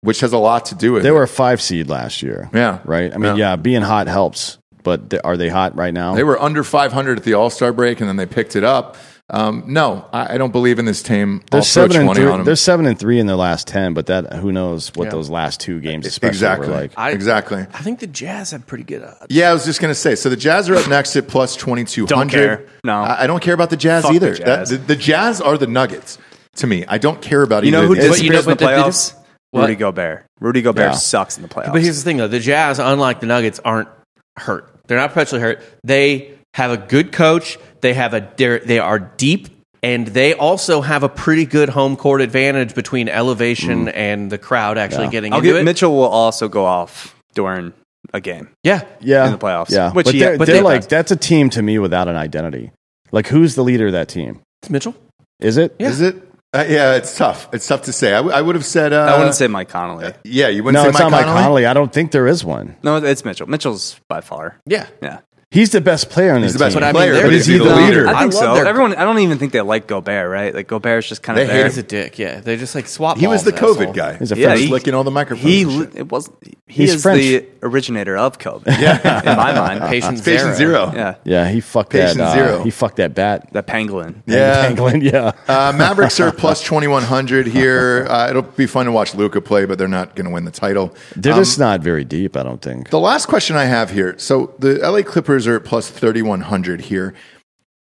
B: which has a lot to do with
D: they
B: it.
D: were a five seed last year.
B: Yeah.
D: Right. I mean, yeah, being hot helps, but th- are they hot right now?
B: they were under 500 at the all-star break and then they picked it up um, no I, I don't believe in this team
D: They're
B: I'll
D: seven
B: throw
D: and
B: 20
D: three.
B: on 'em.
D: They're seven and three in their last ten, but that who knows what those last two games especially
B: exactly
D: were like.
C: I-
B: exactly
C: I think the Jazz had pretty good odds.
B: yeah, I was just gonna say. So the Jazz are up next at plus twenty two hundred.
E: care. No.
B: I, I don't care about the Jazz
E: Fuck the
B: either.
E: Jazz.
B: That- the, the Jazz are the Nuggets to me. I don't care about
E: You
B: either
E: know who
B: of these
C: But you know-
E: disappears in
C: but
E: the
C: they- they
E: playoffs?
C: just- what?
E: Rudy Gobert. Rudy Gobert
D: Yeah.
E: sucks in the playoffs.
C: But here's the thing, though: the Jazz, unlike the Nuggets, aren't hurt. They're not perpetually hurt. They have a good coach. They have a they're- they are deep, and they also have a pretty good home court advantage between elevation
B: Mm.
C: and the crowd actually getting
E: I'll
C: into
E: give,
C: it.
E: Mitchell will also go off during a game.
C: yeah,
D: yeah,
E: in the playoffs.
D: Yeah,
E: Which
D: but
E: he-
D: they're,
E: but
D: they're
E: they-
D: like that's a team to me without an identity. Like, who's the leader of that team?
C: it's Mitchell.
D: Is it?
B: Is it? Uh, yeah, it's tough. It's tough to say. I, w- I would have said. Uh,
E: I wouldn't say Mike Connolly.
B: Yeah, you wouldn't
D: No,
B: say
D: it's
B: Mike
D: not Mike
B: Conley?
D: Conley. I don't think there is one.
E: No, it's Mitchell. Mitchell's by far.
C: Yeah,
E: Yeah.
D: He's the best player on
B: He's the
D: the
B: best
D: team.
C: But I mean,
B: player,
C: they're-
B: but is he the leader?
E: I
C: I
E: think
C: love
E: so.
C: their-
E: Everyone, I don't even think they like Gobert, right? Like Gobert's just kind
B: They
E: of
B: hate
E: there.
C: he's a dick. Yeah, they just like swap.
B: He was the
C: balls,
B: COVID
C: asshole.
B: guy.
D: He's a
E: Yeah,
D: first-
E: he-
B: licking all the microphones.
E: He
B: and
E: li-
B: shit.
E: it was he
D: He's
E: is
D: French.
E: the originator of COVID. Yeah, in my mind,
C: [laughs]
B: [laughs]
C: Patient
B: Patient
C: zero.
B: zero.
E: Yeah,
D: yeah, he fucked
B: Patient
D: that. uh,
B: zero.
D: He fucked that bat.
E: the pangolin.
B: Yeah.
D: England, [laughs] yeah.
B: Uh, Mavericks are
D: [laughs]
B: plus 2,100 here. Uh, it'll be fun to watch Luca play, but they're not going to win the title. Um,
D: They're just not very deep, I don't think.
B: The last question I have here. So the LA Clippers are at plus 3,100 here.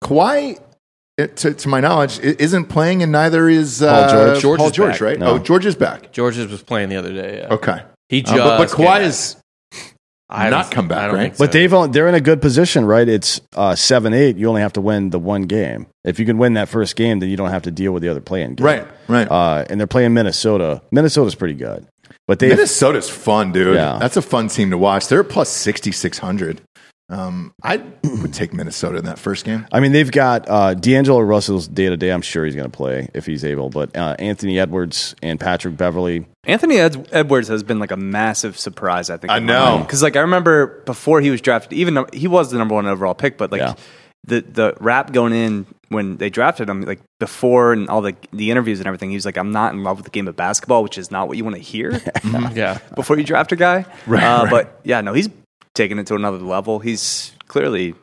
B: Kawhi, eh, to, to my knowledge, i- isn't playing, and neither is uh,
D: George. George
B: Paul
D: is
B: George,
D: back.
B: right?
D: No.
B: Oh, George is back.
C: George's was playing the other day. Yeah.
B: Okay.
C: He
B: Uh,
C: just
B: but, but
C: came
B: Kawhi
C: back.
B: is
C: I
B: not
C: don't-
B: come back,
C: I don't
B: right?
C: think so.
D: But they've on- they're in a good position, right? It's uh, seven eight. You only have to win the one game. If you can win that first game, then you don't have to deal with the other playing game.
B: Right, right.
D: Uh, and they're playing Minnesota. Minnesota's pretty good, but they
B: Minnesota's fun, dude.
D: Yeah.
B: That's a fun team to watch. They're plus 6,600. Um, I would take Minnesota in that first game.
D: I mean, they've got uh, D'Angelo Russell's day to day. I'm sure he's going to play if he's able, but uh, Anthony Edwards and Patrick Beverly.
E: Anthony Ed- Edwards has been like a massive surprise. I think
B: I know.
E: because like I remember before he was drafted, even though he was the number one overall pick, but like
D: Yeah.
E: the the rap going in when they drafted him, like before and all the the interviews and everything, he was like, "I'm not in love with the game of basketball," which is not what you want to hear
C: yeah.
E: [laughs] before you draft a guy.
B: Right,
E: uh,
B: right.
E: But yeah, no, he's taking it to another level. He's clearly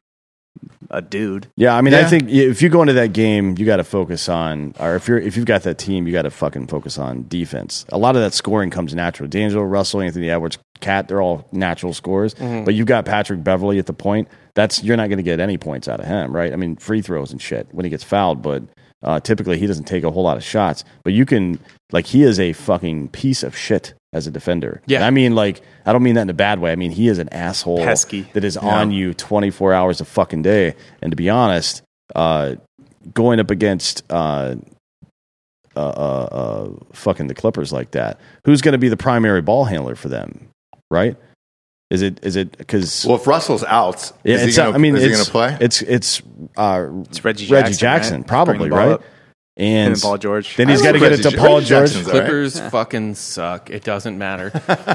E: a dude.
D: Yeah, I mean,
B: Yeah.
D: I think if you go into that game, you got to focus on, or if you're if you've got that team, you got to fucking focus on defense. A lot of that scoring comes natural. D'Angelo Russell, Anthony Edwards, Cat, they're all natural scorers. But you've got Patrick Beverly at the point. That's you're not going to get any points out of him, right? I mean, free throws and shit when he gets fouled, but uh, typically he doesn't take a whole lot of shots. But you can like he is a fucking piece of shit as a defender.
C: Yeah.
D: And I mean, like I don't mean that in a bad way. I mean he is an asshole
E: Pesky.
D: that is on you 24 hours a fucking day. And to be honest, uh, going up against uh, uh, uh, uh, fucking the Clippers like that, who's going to be the primary ball handler for them, right? Is it is it because
B: Well, if Russell's out, is he gonna,
D: I mean
B: is he
D: it's
B: going to play?
D: it's it's, uh,
E: It's Reggie Jackson,
D: Reggie Jackson
E: right? Bring
D: probably
E: the ball
D: right,
E: up.
D: and
E: And Paul George.
D: then he's
B: I
D: got to
B: love
D: get it
B: Reggie
D: to
B: Jackson.
D: all
B: Reggie
D: George.
B: Jackson's all right.
C: Clippers fucking suck. It doesn't
B: [laughs]
C: matter.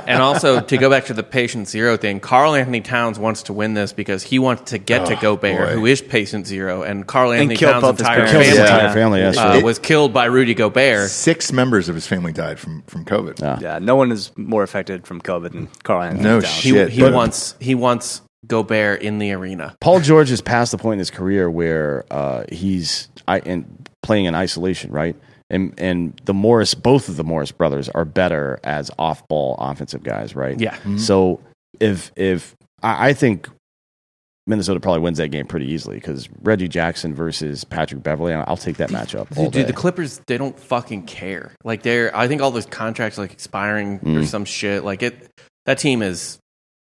C: and also to go back to the patient zero thing, Carl Anthony Towns wants to win this because he wants to get to Gobert,
B: Oh, boy.
C: who is patient zero, and Carl Anthony
E: killed
C: Towns'
E: both his
C: entire
E: parents.
C: family
D: Kills his entire
E: Yeah.
D: family. Yeah,
C: uh,
D: sure.
C: was killed by Rudy Gobert.
B: Six members of his family died from, from COVID.
E: Yeah, no one is more affected from COVID than Carl Anthony
B: No
E: Towns.
B: shit.
C: He, he
B: But-
C: wants he wants Gobert in the arena.
D: Paul George is past the point in his career where uh, he's I, and playing in isolation, right? And and the Morris, both of the Morris brothers are better as off ball offensive guys, right?
C: Yeah.
E: Mm-hmm.
D: So if if I, I think Minnesota probably wins that game pretty easily because Reggie Jackson versus Patrick Beverly, I'll take that matchup. All
C: Dude,
D: day.
C: the Clippers they don't fucking care. Like they're I think all those contracts are, like expiring or some shit. Like it that team is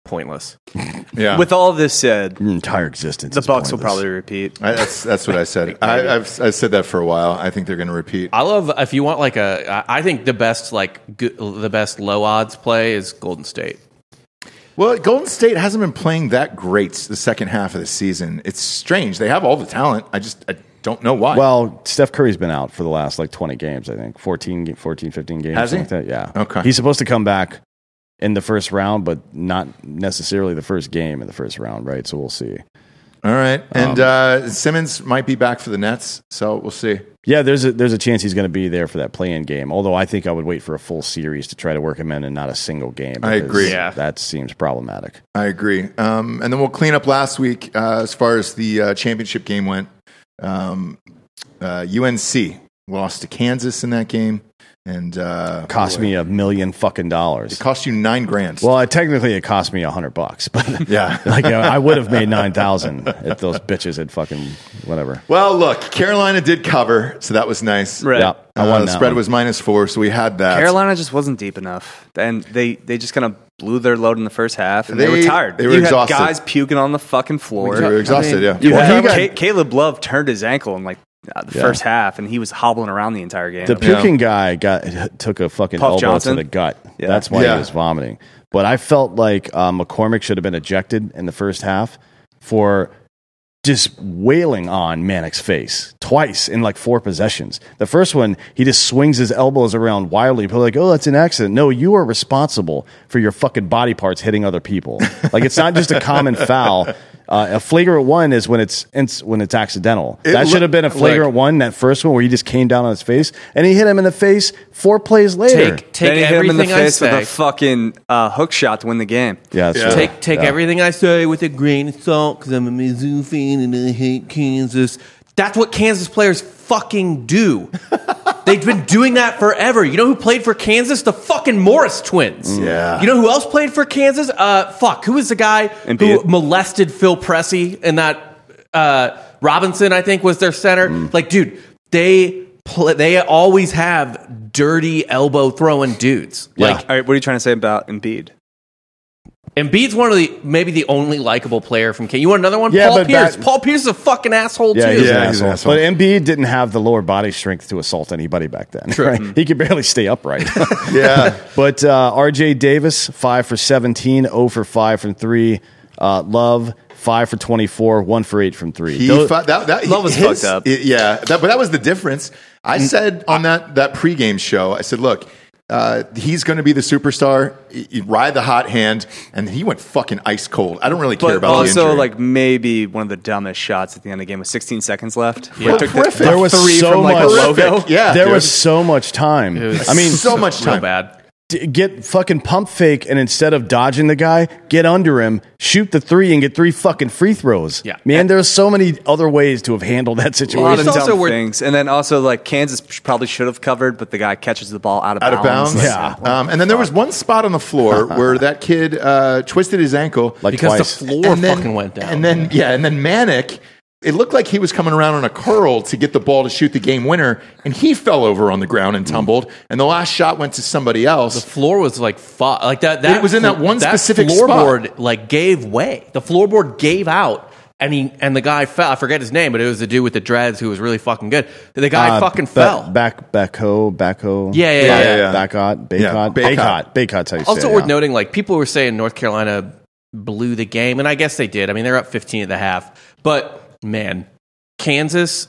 C: pointless.
B: Yeah.
E: With all this said,
D: Your entire existence.
E: the
D: is
E: Bucks will
D: pointless.
E: probably repeat.
B: I, that's, that's what I said. I, I've, I've said that for a while. I think they're going to repeat.
C: I love if you want like a. I I think the best like good, the best low odds play is Golden State.
B: Well, Golden State hasn't been playing that great the second half of the season. It's strange. They have all the talent. I just I don't know why.
D: Well, Steph Curry's been out for the last like 20 games, I think. 14, ga- 14 15 games.
B: Has he?
D: something Like that. Yeah.
B: Okay.
D: He's supposed to come back in the first round, but not necessarily the first game in the first round, right? So we'll see.
B: all right. And
D: um,
B: uh, Simmons might be back for the Nets, so we'll see.
D: Yeah, there's a there's a chance he's going to be there for that play-in game. Although I think I would wait for a full series to try to work him in and not a single game.
B: I
D: because
B: agree.
C: Yeah.
D: That seems problematic.
B: I agree. Um, and then we'll clean up last week uh, as far as the uh, championship game went. Um, uh, UNC lost to Kansas in that game, and uh,
D: Cost me a million fucking dollars.
B: it cost you nine grand.
D: Well, uh, technically it cost me a 100 bucks, [laughs] but
B: yeah.
D: like uh, I would have made 9,000 if those bitches had fucking whatever.
B: well, look, Carolina did cover, so that was nice.
E: Right.
D: Yeah. I
B: Uh,
D: won
B: the
D: that
B: spread
D: one.
B: was minus four, so we had that.
E: Carolina just wasn't deep enough, and they they just kind of blew their load in the first half, and they,
B: They-
E: were tired.
B: they were
E: you
B: exhausted.
E: had guys puking on the fucking floor.
B: We were exhausted, yeah.
E: You
D: Well,
E: had-
D: he got-
E: Ca- Caleb Love turned his ankle in like uh, the
D: Yeah.
E: first half, and he was hobbling around the entire game.
D: The puking guy got took a fucking
E: Puff
D: elbow
E: Johnson.
D: to the gut.
E: Yeah.
D: That's why
B: Yeah.
D: he was vomiting. But I felt like uh, McCormick should have been ejected in the first half for just wailing on Manic's face twice in like four possessions. The first one, he just swings his elbows around wildly, but like, oh, that's an accident. No, you are responsible for your fucking body parts hitting
B: [laughs]
D: other people. Like it's not just a common foul. Uh, a flagrant one is when it's, it's when it's accidental. that
B: loo-
D: should have been a flagrant one. That first one where he just came down on his face and he hit him in the face four plays later.
C: Take
E: Then
C: take
E: he hit him in
C: everything
E: the
C: I
E: face with
C: say.
E: a fucking uh, hook shot to win the game.
D: yeah, that's
B: Yeah.
D: true.
C: Take take
D: Yeah.
C: everything I say with a grain of salt because I'm a Mizzou fan and I hate Kansas. That's what Kansas players fucking do. They've been doing that forever. You know who played for Kansas? The fucking Morris twins.
B: Yeah.
C: You know who else played for Kansas? Uh, fuck. Who was the guy
E: Embiid.
C: who molested Phil Pressey and that uh, Robinson? I think was their center. Like, dude, they pl- they always have dirty elbow throwing dudes.
D: Yeah.
C: Like,
E: All right, what are you trying to say about Embiid?
C: Embiid's one of the maybe the only likable player from King. You want another one?
D: Yeah,
C: Paul
D: but
C: Pierce.
D: that-
C: Paul Pierce is a fucking asshole
D: Yeah,
C: too.
D: he's,
B: Yeah,
D: an,
B: he's an
D: asshole.
B: asshole.
D: But Embiid didn't have the lower body strength to assault anybody back then. Right? He could barely
C: [laughs]
D: stay upright. [laughs]
B: Yeah.
D: But uh, RJ Davis, 5 for 17, 0 for 5 from 3. Uh, Love, 5 for 24, 1 for 8 from 3.
B: He
D: Those-
B: fi- that, that,
E: Love was
B: his-
E: fucked up. Mm.
B: it- yeah, that, but that was the difference. I said on that that pregame show, I said, look, uh, he's going to be the superstar. Y- you ride the hot hand, and he went fucking ice cold. I don't really care
E: But
B: about the
E: also,
B: injury.
E: like maybe one of the dumbest shots at the end of the game with 16 seconds left.
C: Yeah.
E: Took the-
B: Horrific.
D: there was
E: three
D: so
E: from like a
D: much.
C: [laughs]
E: logo.
B: Horrific. Yeah,
D: there
B: dude.
D: was so much time. I mean,
B: so much
C: real
B: time.
C: bad.
D: d- get fucking pump fake, and instead of dodging the guy, get under him, shoot the three, and get three fucking free throws.
C: Yeah.
D: man, there's so many other ways to have handled that
E: a lot
D: situation.
E: of
C: It's also
E: dumb
C: where-
E: things. And then also, like, Kansas probably should have covered, but the guy catches the ball out of
B: out of
E: bounds.
B: bounds.
E: Like,
D: Yeah.
B: Um, and then there was one spot on the
E: [laughs]
B: floor where that kid uh, twisted his ankle.
D: Like
C: Because
D: twice.
C: the floor
B: and then,
C: fucking went down.
B: And then yeah, and then Manic. It looked like he was coming around on a curl to get the ball to shoot the game winner, and he fell over on the ground and tumbled. And the last shot went to somebody else.
C: Mm. The floor was like fuck. Like that. that
B: It was in that one specific spot.
C: floorboard. Like gave way. The floorboard gave out, and he and the guy fell. I forget his name, but it was the dude with the dreads who was really fucking good. The guy
D: Uh,
C: fucking
D: ba-
C: fell.
D: Back, backhoe, backhoe.
C: Yeah, yeah, yeah,
B: yeah.
D: Backot,
B: Yeah,
D: Baycott,
B: Baycott.
D: Baycott, Baycott's how you say
C: also
D: it,
C: worth
D: yeah.
C: noting, like people were saying North Carolina blew the game, and I guess they did. I mean, they're up 15 at the half, but man, Kansas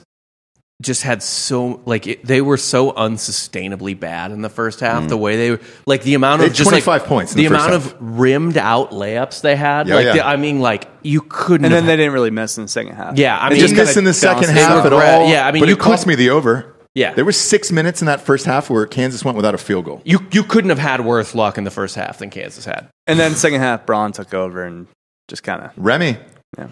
C: just had so like it, they were so unsustainably bad in the first half. The way they were like the amount
B: Mm. They
C: of
B: had
C: just like,
B: 25 points in
C: the,
B: the first
C: amount
B: half.
C: of rimmed out layups they had.
B: Yeah,
C: like
B: yeah.
C: the- I mean, like you couldn't.
E: And then
C: have-
E: they didn't really miss in the second half.
C: Yeah, I
E: They
C: mean-
B: just
E: just
B: miss
E: kinda
B: in the second
E: bounced
B: half at
E: it.
C: were red.
B: all.
C: Yeah, I mean,
B: but
C: you
B: it cost
C: couldn't-
B: me the over.
C: Yeah.
B: there were six minutes in that first half where Kansas went without a field goal.
C: you you couldn't have had worse luck in the first half than Kansas had.
E: And then second half, Braun took over and just kind of.
B: Remy,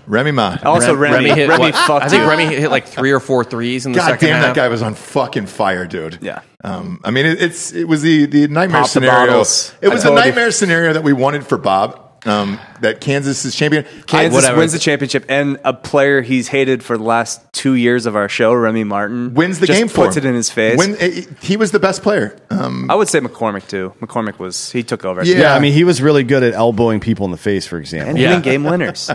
B: Remy Ma.
E: Also, Remy, Remy,
C: what-
E: fucked
C: I think
E: you.
C: Remy hit like three or four threes in the
B: God
C: second
B: damn,
C: half.
B: that guy was on fucking fire, dude.
E: Yeah.
B: Um, I mean, it, it's it was the the nightmare
E: Pop the
B: scenario.
E: bottles.
B: it was the
E: I told you.
B: nightmare scenario that we wanted for Bob. Um, that Kansas is champion.
E: Kansas
C: whatever.
E: wins the championship, and a player he's hated for the last two years of our show, Remy Martin,
B: wins the
E: just
B: game for
E: puts
B: him.
E: it in his face.
B: Win- it- it- he was the best player. Um,
E: I would say McCormick too. McCormick was he took over.
B: Yeah.
D: Yeah, I mean, he was really good at elbowing people in the face, for example.
E: and
C: Yeah.
E: hitting game
C: [laughs]
E: winners.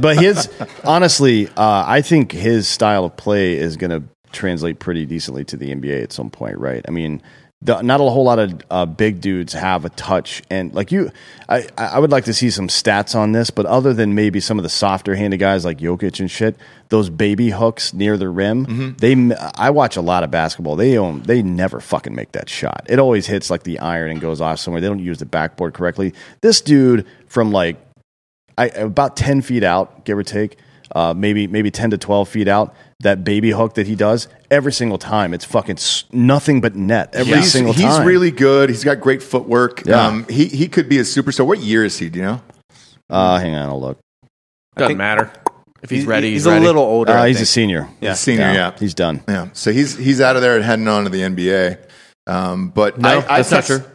D: but his [laughs] honestly, uh, I think his style of play is going to translate pretty decently to the NBA at some point, right? I mean, the, not a whole lot of uh, big dudes have a touch, and like you, I, I would like to see some stats on this. But other than maybe some of the softer handed guys like Jokic and shit, those baby hooks near the rim, they m- I watch a lot of basketball. They own they never fucking make that shot. It always hits like the iron and goes off somewhere. They don't use the backboard correctly. This dude from like I about ten feet out, give or take, uh, maybe maybe ten to twelve feet out. That baby hook that he does every single time, it's fucking s- nothing but net every
B: he's,
D: single
B: he's
D: time.
B: really good. He's got great footwork.
D: Yeah.
B: Um, he he could be a superstar. What year is he? Do you know?
D: uh, hang on, I'll look.
C: Doesn't
E: think-
C: matter if he's ready.
E: He's,
C: He's,
E: a
C: ready.
E: little older.
D: Uh,
E: I
D: he's a
E: think.
D: senior.
E: Yeah.
B: Senior. Yeah.
D: he's done.
B: Yeah. So he's he's out of there and heading on to the NBA. Um, but
C: No,
B: I, I
C: that's not
B: text-
C: true.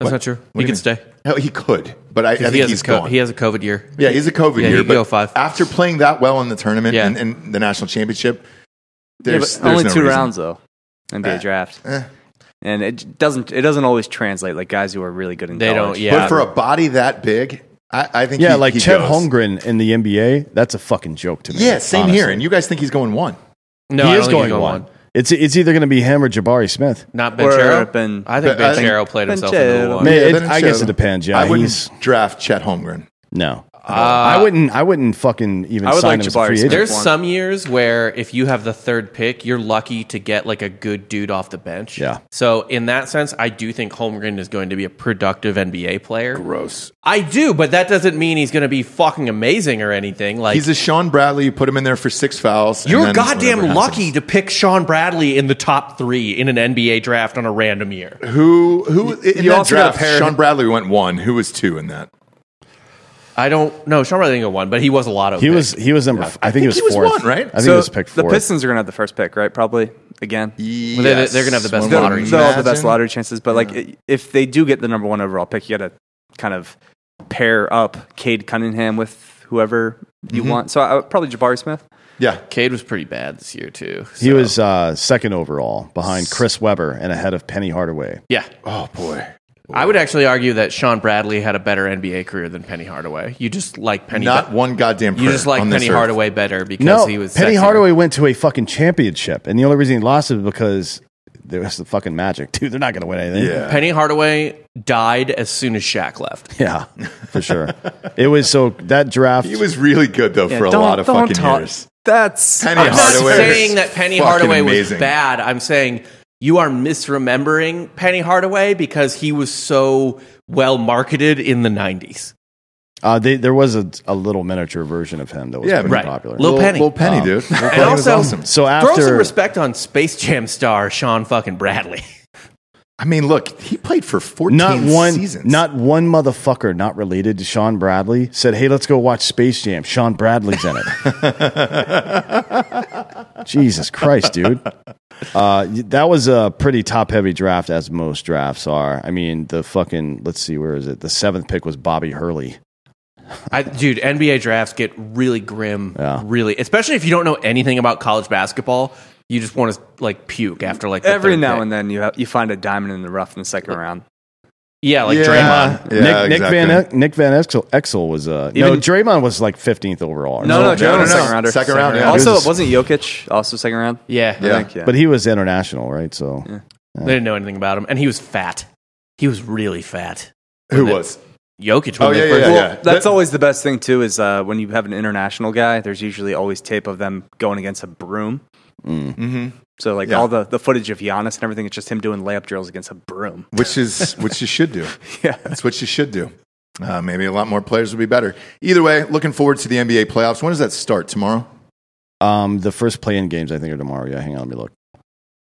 C: That's not true.
B: What do
C: he
B: you
C: can
B: mean?
C: stay.
B: No, he could, but I, I think
C: he has
B: he's
C: a co-
B: gone.
C: He has a COVID year.
B: yeah, he's a COVID
C: Yeah, he
B: year.
C: could
B: but
C: go five.
B: after playing that well in the tournament
C: Yeah.
B: and, and the national championship,
E: Yeah, but
B: there's, there's
E: only
B: no
E: two
B: reason.
E: rounds though. NBA
B: Uh,
E: draft,
B: eh.
E: and it doesn't it doesn't always translate. Like guys who are really good in
C: They don't-
E: college.
C: yeah.
B: But for a body that big, I, I think
D: Yeah,
B: he-
D: like
B: he
D: Chet
B: goes.
D: Holmgren in the NBA, that's a fucking joke to me.
B: Yeah, same here.
D: honestly.
B: And you guys think he's going one?
C: No,
D: he
C: I
D: is
C: don't think
D: going,
C: he's
D: one. It's it's either going to be him or Jabari Smith.
C: Not
E: Or
C: Banchero.
E: Ben-
C: I think
B: But I think-
C: Banchero played himself into
E: Banchero.
C: a one.
D: Man, it-
B: then
D: I guess it depends, yeah,
B: I
D: he's-
B: wouldn't draft Chet Holmgren.
D: No, I wouldn't. I wouldn't fucking even
E: I would
D: sign
E: like
D: him as a
E: Jabari
D: free
E: Smith.
D: agent.
C: There's
E: one.
C: some years where if you have the third pick, you're lucky to get like a good dude off the bench.
D: Yeah.
C: So in that sense, I do think Holmgren is going to be a productive NBA player. Gross. I do, but that doesn't mean he's going to be fucking amazing or anything. Like
B: He's a Sean Bradley. You put him in there for six fouls. and
C: you're
B: then whatever
C: goddamn
B: happens.
C: lucky to pick Sean Bradley in the top three in an NBA draft on a random year.
B: Who who in
E: you
B: that
E: also gotta
B: draft?
E: pair-
B: Sean Bradley went one. Who was two in that?
C: I don't know. Sean Bradley didn't go one, but he was a lot of.
D: he was he was number. f- I,
B: think
D: think he was
B: he was
D: fourth,
B: one, right?
D: I think
E: So
D: he was picked
E: the
D: fourth.
E: Pistons are gonna have the first pick, right? Probably again.
C: they're- they're gonna have the best
B: When
E: They're-
B: we
C: lottery
E: they're all the best
B: imagine-
E: lottery chances. But like, i- if they do get the number one overall pick, you got to kind of pair up Cade Cunningham with whoever
B: Mm-hmm.
E: you want. So I, probably Jabari Smith.
B: Yeah,
C: Cade was pretty bad this year too.
D: He
C: so-
D: was uh, second overall behind Chris Webber and ahead of Penny Hardaway.
C: Yeah.
B: Oh boy.
C: I would actually argue that Sean Bradley had a better NBA career than Penny Hardaway. You just like Penny.
B: Not one goddamn.
C: you just
B: prayer
C: like
B: on
C: Penny
B: this earth.
C: Hardaway better because
D: No,
C: he was
D: Penny
C: sexier.
D: Hardaway went to a fucking championship, and the only reason he lost is because there was the fucking magic, [laughs] dude. They're not going to win anything.
B: Yeah.
C: Penny Hardaway died as soon as Shaq left.
D: [laughs] Yeah, for sure. it was so that draft.
B: He was really good though
E: Yeah,
B: for a
E: don't-
B: lot of
E: don't
B: fucking
E: talk-
B: years.
E: That's
B: Penny
C: I'm not
B: Hardaway is [laughs]
C: saying that Penny
B: fucking
C: Hardaway was
B: amazing.
C: bad. I'm saying you are misremembering Penny Hardaway because he was so well marketed in the 90s.
D: Uh, they, there was a, a little miniature version of him that was
B: Yeah,
D: pretty
C: right.
D: popular.
C: Little Penny.
B: Little Penny,
D: Um,
B: dude. Little
C: And
B: Penny was
C: also-
B: awesome.
D: so
C: Throw some
D: after
C: respect on Space Jam star Sean fucking Bradley. [laughs]
B: I mean, look, he played for 14
D: not one
B: seasons.
D: not one motherfucker not related to Sean Bradley said, "Hey, let's go watch Space Jam. Sean Bradley's
B: [laughs]
D: in it." Jesus Christ, dude. Uh, y- that was a pretty top-heavy draft, as most drafts are. I mean, the fucking let's see, where is it? The seventh pick was Bobby Hurley.
C: I, dude, NBA drafts get really grim,
D: Yeah.
C: really, especially if you don't know anything about college basketball. You just want to like puke after like the
E: every
C: third
E: now
C: pick.
E: and then you have, you find a diamond in the rough in the second round.
C: yeah, like
B: yeah,
C: Draymond.
B: Yeah,
D: Nick,
B: exactly.
D: Nick Van Nick Van Exel, Exel was uh, no
E: Even-
D: Draymond was like fifteenth overall. or
E: No, no,
D: something.
E: Draymond
B: no,
E: was
B: no.
E: second rounder.
B: Second round, yeah.
E: Also,
D: He was a-
E: wasn't Jokic also second round?
C: Yeah,
B: Yeah.
E: I think, yeah.
D: but he was international, right? So
C: they didn't know anything about him, and he was fat. He was really fat.
B: Who was?
C: Jokic.
B: Oh,
C: when they
B: yeah, yeah,
C: first-
B: yeah.
E: Well,
B: That-
E: that's always the best thing too is uh, when you have an international guy. There's usually always tape of them going against a broom. Mm-hmm.
B: Mhm.
E: So like
B: Yeah.
E: all the, the footage of Giannis and everything, it's just him doing layup drills against a broom.
B: Which is which you should do.
E: Yeah.
B: That's what you should do. Uh, maybe a lot more players would be better. Either way, looking forward to the NBA playoffs. When does that start? Tomorrow?
D: um, the first play-in games I think are tomorrow. Yeah, hang on, let me look.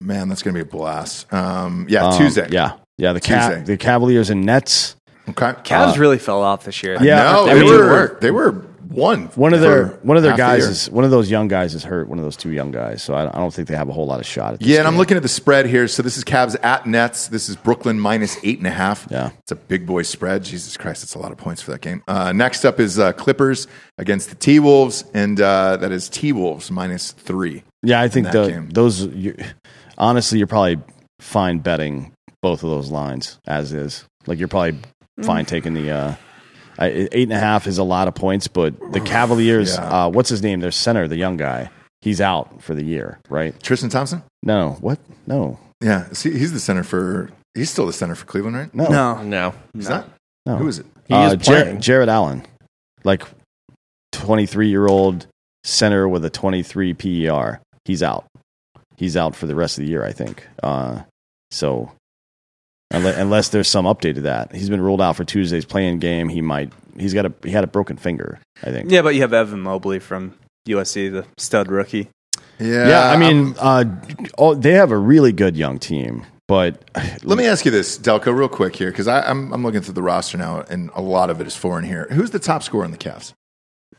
B: Man, that's going to be a blast. Um, yeah,
D: Um,
B: Tuesday.
D: Yeah, yeah. The Ca-
B: Tuesday.
D: the Cavaliers and Nets.
B: Okay. Uh,
E: Cavs really fell off this year.
D: Yeah,
B: no,
D: I
B: they
D: mean-
B: were they were one.
D: One of
B: for
D: their one of their
B: half the
D: guys
B: year.
D: is one of those young guys is hurt. One of those two young guys. So I, I don't think they have a whole lot of shot. at this
B: Yeah, and I'm
D: game.
B: looking at the spread here. So this is Cavs at Nets. This is Brooklyn minus eight and a half.
D: Yeah.
B: it's a big boy spread. Jesus Christ, it's a lot of points for that game. Uh, next up is uh, Clippers against the T Wolves, and uh, that is T Wolves minus three.
D: Yeah, I think
B: that
D: the,
B: game.
D: those. You, honestly, you're probably fine betting both of those lines as is. Like you're probably fine taking the. Uh, I, eight and a half is a lot of points, but the Cavaliers.
B: yeah.
D: Uh, what's his name? Their center, the young guy. He's out for the year, right?
B: Tristan Thompson.
D: No, what? No,
B: Yeah, see, he's the center for. He's still the center for Cleveland, right?
D: no,
E: No.
C: No,
B: He's
E: No.
B: not.
D: no.
B: Who is it?
C: he
D: uh,
C: is
D: Jar-
C: playing.
D: Jared Allen, like 23 year old center with a 23 PER. He's out. He's out for the rest of the year, I think. Uh, so, unless, unless there's some update to that, he's been ruled out for Tuesday's playing game. He might. He's got a. He had a broken finger, I think.
E: Yeah, but you have Evan Mobley from USC, the stud rookie.
B: Yeah,
D: Yeah, I
B: I'm-
D: mean, uh, oh, they have a really good young team, but
B: let me ask you this, Delco, real quick here, because I'm I'm looking through the roster now, and a lot of it is foreign here. Who's the top scorer in the Cavs?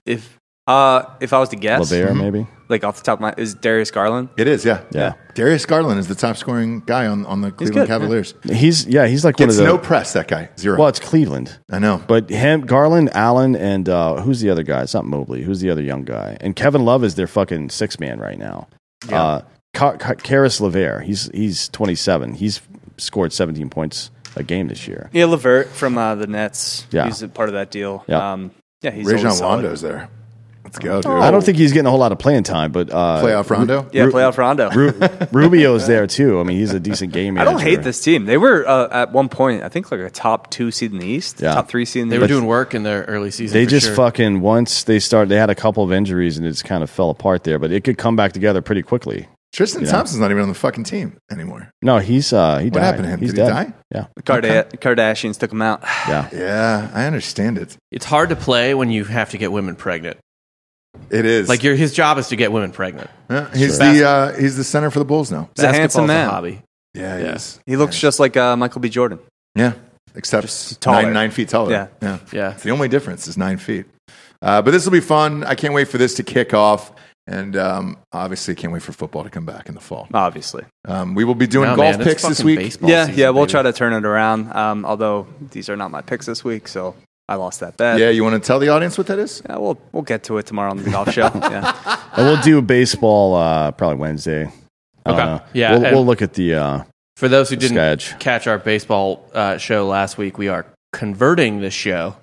E: If uh, if I was to guess,
D: LeBaire, maybe.
E: like off the top of my, is Darius Garland.
B: It is, yeah,
D: Yeah.
B: Darius Garland is the top scoring guy on, on the Cleveland
E: good, yeah.
B: Cavaliers.
D: He's yeah, he's like one of
B: Gets
D: the.
B: no press, that guy. Zero.
D: well, it's Cleveland.
B: I know.
D: But him, Garland, Allen, and uh, who's the other guy? It's not Mobley. Who's the other young guy? And Kevin Love is their fucking six man right now. Uh, Ka- Ka- Karis LeVere, he's he's 27. He's scored 17 points a game this year.
E: Yeah, Levert from uh, the Nets.
D: Yeah.
E: he's a part of that deal.
D: Yeah.
E: um, yeah, he's always
B: Rajon
E: solid.
B: Rondo's there. Let's go, dude.
D: I don't think he's getting a whole lot of playing time, but uh,
B: Playoff Rondo?
E: Yeah,
D: Ru-
E: playoff Rondo.
D: Ru- Rubio's there too. I mean, he's a decent game.
E: I don't
D: manager.
E: hate this team. They were uh, at one point, I think, like a top two seed in the East,
D: Yeah.
E: top three seed in the
C: They were
E: East.
C: doing work in their early season.
D: They
C: for
D: just
C: sure.
D: fucking once they start, they had a couple of injuries and it just kind of fell apart there. But it could come back together pretty quickly.
B: Tristan
D: Yeah.
B: Thompson's not even on the fucking team anymore.
D: No, he's uh, he died.
B: What happened to him?
D: He's
B: Did he
D: dead.
B: die?
D: Yeah,
E: Karda- Kardashians took them out. [sighs]
D: yeah.
B: Yeah, I understand it.
C: It's hard to play when you have to get women pregnant.
B: It is.
C: Like your his job is to get women pregnant.
B: Yeah, he's
C: Sure.
B: the uh, he's the center for the Bulls now.
E: He's a
C: Basketball's
E: handsome man.
C: hobby.
B: Yeah, he is.
E: He looks just like uh, Michael B. Jordan.
B: Yeah. Except
E: taller.
B: nine nine feet taller.
E: Yeah.
B: Yeah.
C: Yeah.
B: It's the only difference is nine feet. Uh, but this will be fun. I can't wait for this to kick off. And um, obviously, can't wait for football to come back in the fall.
E: Obviously.
B: Um, we will be doing
C: No,
B: golf
C: man, it's
B: picks this
C: fucking
B: week.
C: baseball
E: yeah,
C: season,
E: yeah, we'll
C: baby.
E: try to turn it around. Um, although these are not my picks this week, so I lost that bet.
B: Yeah, you want to tell the audience what that is?
E: Yeah, we'll we'll get to it tomorrow on the golf show. Yeah.
D: Ah. And we'll do baseball uh, probably Wednesday. I don't
C: Okay.
D: know.
C: Yeah,
D: We'll,
C: and-
D: we'll look at the uh,
C: For those who didn't
D: Sketch.
C: catch our baseball uh, show last week, we are converting this show.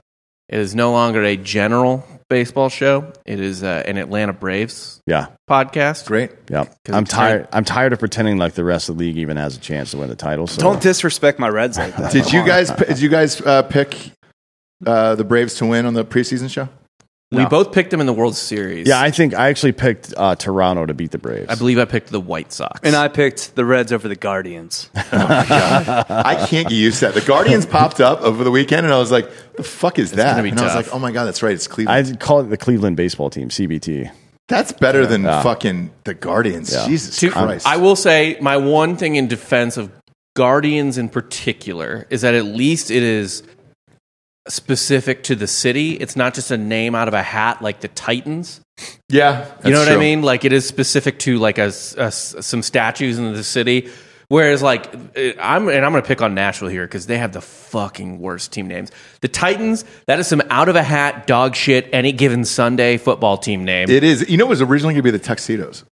C: It is no longer a general baseball show. It is uh, an Atlanta Braves
D: Yeah.
C: podcast.
B: Great.
D: Yeah.
C: 'Cause
D: I'm
C: it's tight.
D: tired. I'm tired of pretending like the rest of the league even has a chance to win the title. So
E: Don't disrespect my Reds like that.
B: Did
E: Come
B: you
E: on.
B: guys did you guys uh, pick uh, the Braves to win on the preseason show?
C: We both picked them in the World Series.
D: yeah, I think I actually picked uh, Toronto to beat the Braves.
C: I believe I picked the White Sox.
E: And I picked the Reds over the Guardians.
C: Uh.
B: I can't get used to that. The
C: [laughs]
B: Guardians popped up over the weekend, and I was like, "The fuck is that?"
C: gonna be
B: And I was
C: tough.
B: like, "Oh my god, that's right. It's Cleveland.
D: I call it the Cleveland baseball team, CBT.
B: that's better than fucking the Guardians." Jesus
C: To-
B: Christ!
C: I will say my one thing in defense of Guardians in particular is that at least it is specific to the city. It's not just a name out of a hat like the Titans.
B: yeah,
C: You know
B: that's
C: what I
B: true.
C: mean? Like it is specific to like a, s- a s- some statues in the city. Whereas like eh, I'm and I'm going to pick on Nashville here because they have the fucking worst team names. The Titans that is some out of a hat dog shit any given Sunday football team name.
B: It is. You know, it was originally going to be the tuxedos,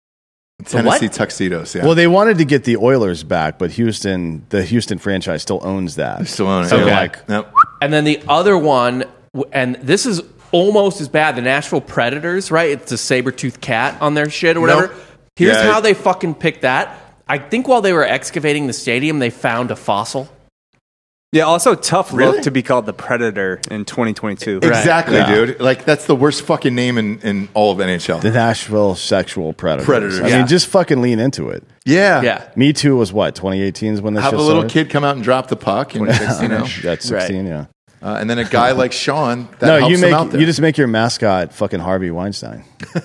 B: Tennessee tuxedos. Yeah.
D: Well, they wanted to get the Oilers back, but Houston, the Houston franchise still owns that.
B: still own it.
D: So
B: yeah.
D: like,
B: Nope.
C: And then the other one, w- and this is almost as bad the Nashville Predators, right? It's a saber toothed cat on their shit or whatever.
B: Nope.
C: Here's
B: Yeah.
C: how they fucking picked that. I think while they were excavating the stadium, they found a fossil.
E: Yeah, also tough
B: Really?
E: look to be called the Predator in 2022.
B: Exactly, dude. Like that's the worst fucking name in, in all of NHL.
D: the Nashville sexual predators.
B: Predators,
D: I
B: yeah.
D: mean, just fucking lean into it.
B: yeah.
C: Yeah.
D: Me Too was what 2018 is when this
B: Have a
D: shit
B: little
D: started?
B: kid come out and drop the puck, and [laughs] you know,
D: That's 16, yeah.
B: uh, and then a guy like Sean that
D: no,
B: helps
D: you
B: him out
D: make
B: there.
D: you just make your mascot fucking Harvey Weinstein.
E: Oh,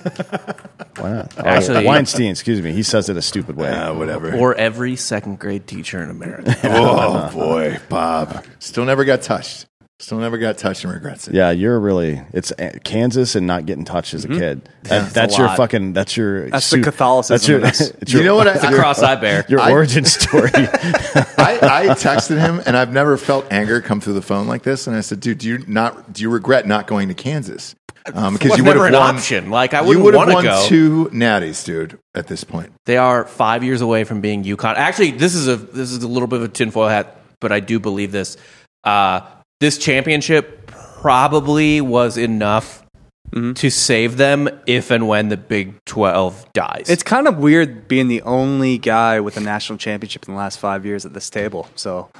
D: Why not? Or
C: Actually-
D: Weinstein, excuse me. He says it a stupid way.
B: Uh, whatever. [laughs]
C: Or every second grade teacher in America.
B: oh boy, Bob. Still never got touched. Still never got touched and regrets it.
D: yeah, you're really it's a- Kansas and not getting touched as a kid. That,
E: Mm-hmm.
D: that's
E: a
D: your
E: lot.
D: fucking. That's your.
E: That's the Catholicism
D: That's your.
E: in us.
D: [laughs] it's
B: You
D: your
B: know what? I,
C: It's a cross I bear.
D: your
B: I-
D: origin story.
B: [laughs] I, I texted him, and I've never felt anger come through the phone like this. And I said, "Dude, do you not? Do you regret not going to Kansas? Um, because
C: was
B: you would
C: never
B: have
C: an
B: won.
C: option. Like, I
B: you
C: wouldn't
B: would have
C: wanna
B: won
C: go.
B: two natties, dude. At this point,
C: They are five years away from being UConn. Actually, this is a this is a little bit of a tinfoil hat, but I do believe this. Uh, this championship probably was enough
B: Mm-hmm.
C: to save them if and when the Big Twelve dies.
E: It's kind of weird being the only guy with a national championship in the last five years at this table. So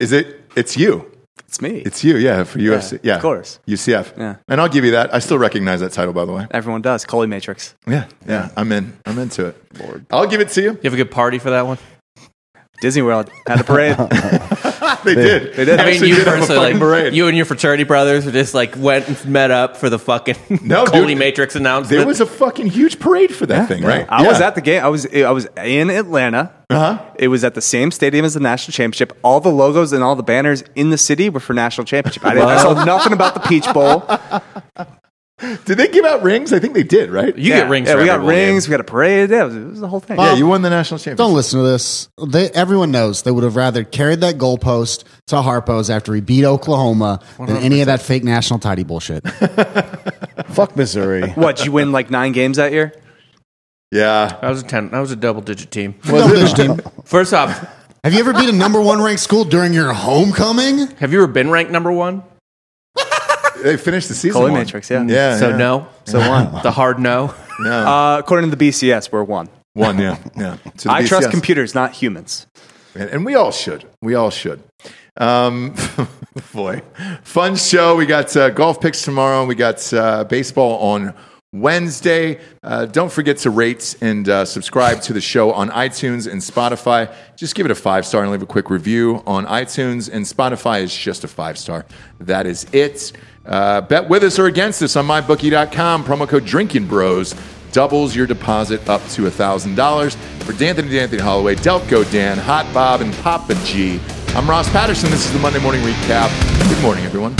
B: is it? It's you.
E: it's me.
B: It's you. Yeah, for UFC. Yeah,
E: of course.
B: UCF.
E: Yeah.
B: and I'll give you that. I still recognize that title, by the way.
E: Everyone does. Coley Matrix.
B: Yeah, yeah. I'm in. I'm into it. I'll give it to you.
C: you have a good party for that one.
E: Disney World had
B: [laughs]
E: a parade.
B: They did.
E: they did.
C: I mean,
B: actually
C: you
B: did have a
C: personally,
B: fucking
C: like,
B: parade.
C: you and your fraternity brothers just like went and met up for the fucking
B: No,
C: [laughs] no,
B: dude.
C: Matrix announcement.
B: There was a fucking huge parade for that thing, right?
E: I was
B: Yeah.
E: at the game. I was I was in Atlanta.
B: Uh-huh.
E: It was at the same stadium as the national championship. All the logos and all the banners in the city were for national championship. I, didn't, I saw nothing about the
C: [laughs]
E: Peach Bowl.
B: Did they give out rings? I think they did, right?
C: you get rings.
E: Yeah,
C: for
E: we got
C: every bowl game.
E: rings. We got a parade. Yeah, it was, it was the whole thing.
B: yeah, you won the national championship.
F: Don't listen to this. They, everyone knows they would have rather carried that goalpost to Harpo's after he beat Oklahoma than any of that fake national tidy bullshit.
D: Fuck Missouri.
E: What? Did you win like nine games that year?
B: Yeah.
C: That was a ten. That was a double digit team.
F: Double-digit team.
C: First off,
F: Have you ever beat a number one ranked school during your homecoming?
C: have you ever been ranked number one?
B: They finished the season.
E: Coley
B: one.
E: Matrix. Yeah.
B: Yeah.
C: So
B: yeah.
C: no.
B: [laughs]
C: So one. The hard no.
B: No.
E: Uh, according to the BCS, we're one.
B: one, yeah. Yeah. To the
E: I trust
B: BCS.
E: computers, not humans.
B: And, and we all should. We all should. Um, [laughs] boy. Fun show. We got uh, golf picks tomorrow. We got uh, baseball on Wednesday. Uh, don't forget to rate and uh, subscribe to the show on iTunes and Spotify. Just give it a five star and leave a quick review on iTunes. And Spotify is just a five star. That is it. Uh, bet with us or against us on mybookie.com. Promo code Drinking Bros doubles your deposit up to $1,000. For D'Anthony D'Anthony Holloway, Delco Dan, Hot Bob, and Papa G, I'm Ross Patterson. This is the Monday Morning Recap. Good morning, everyone.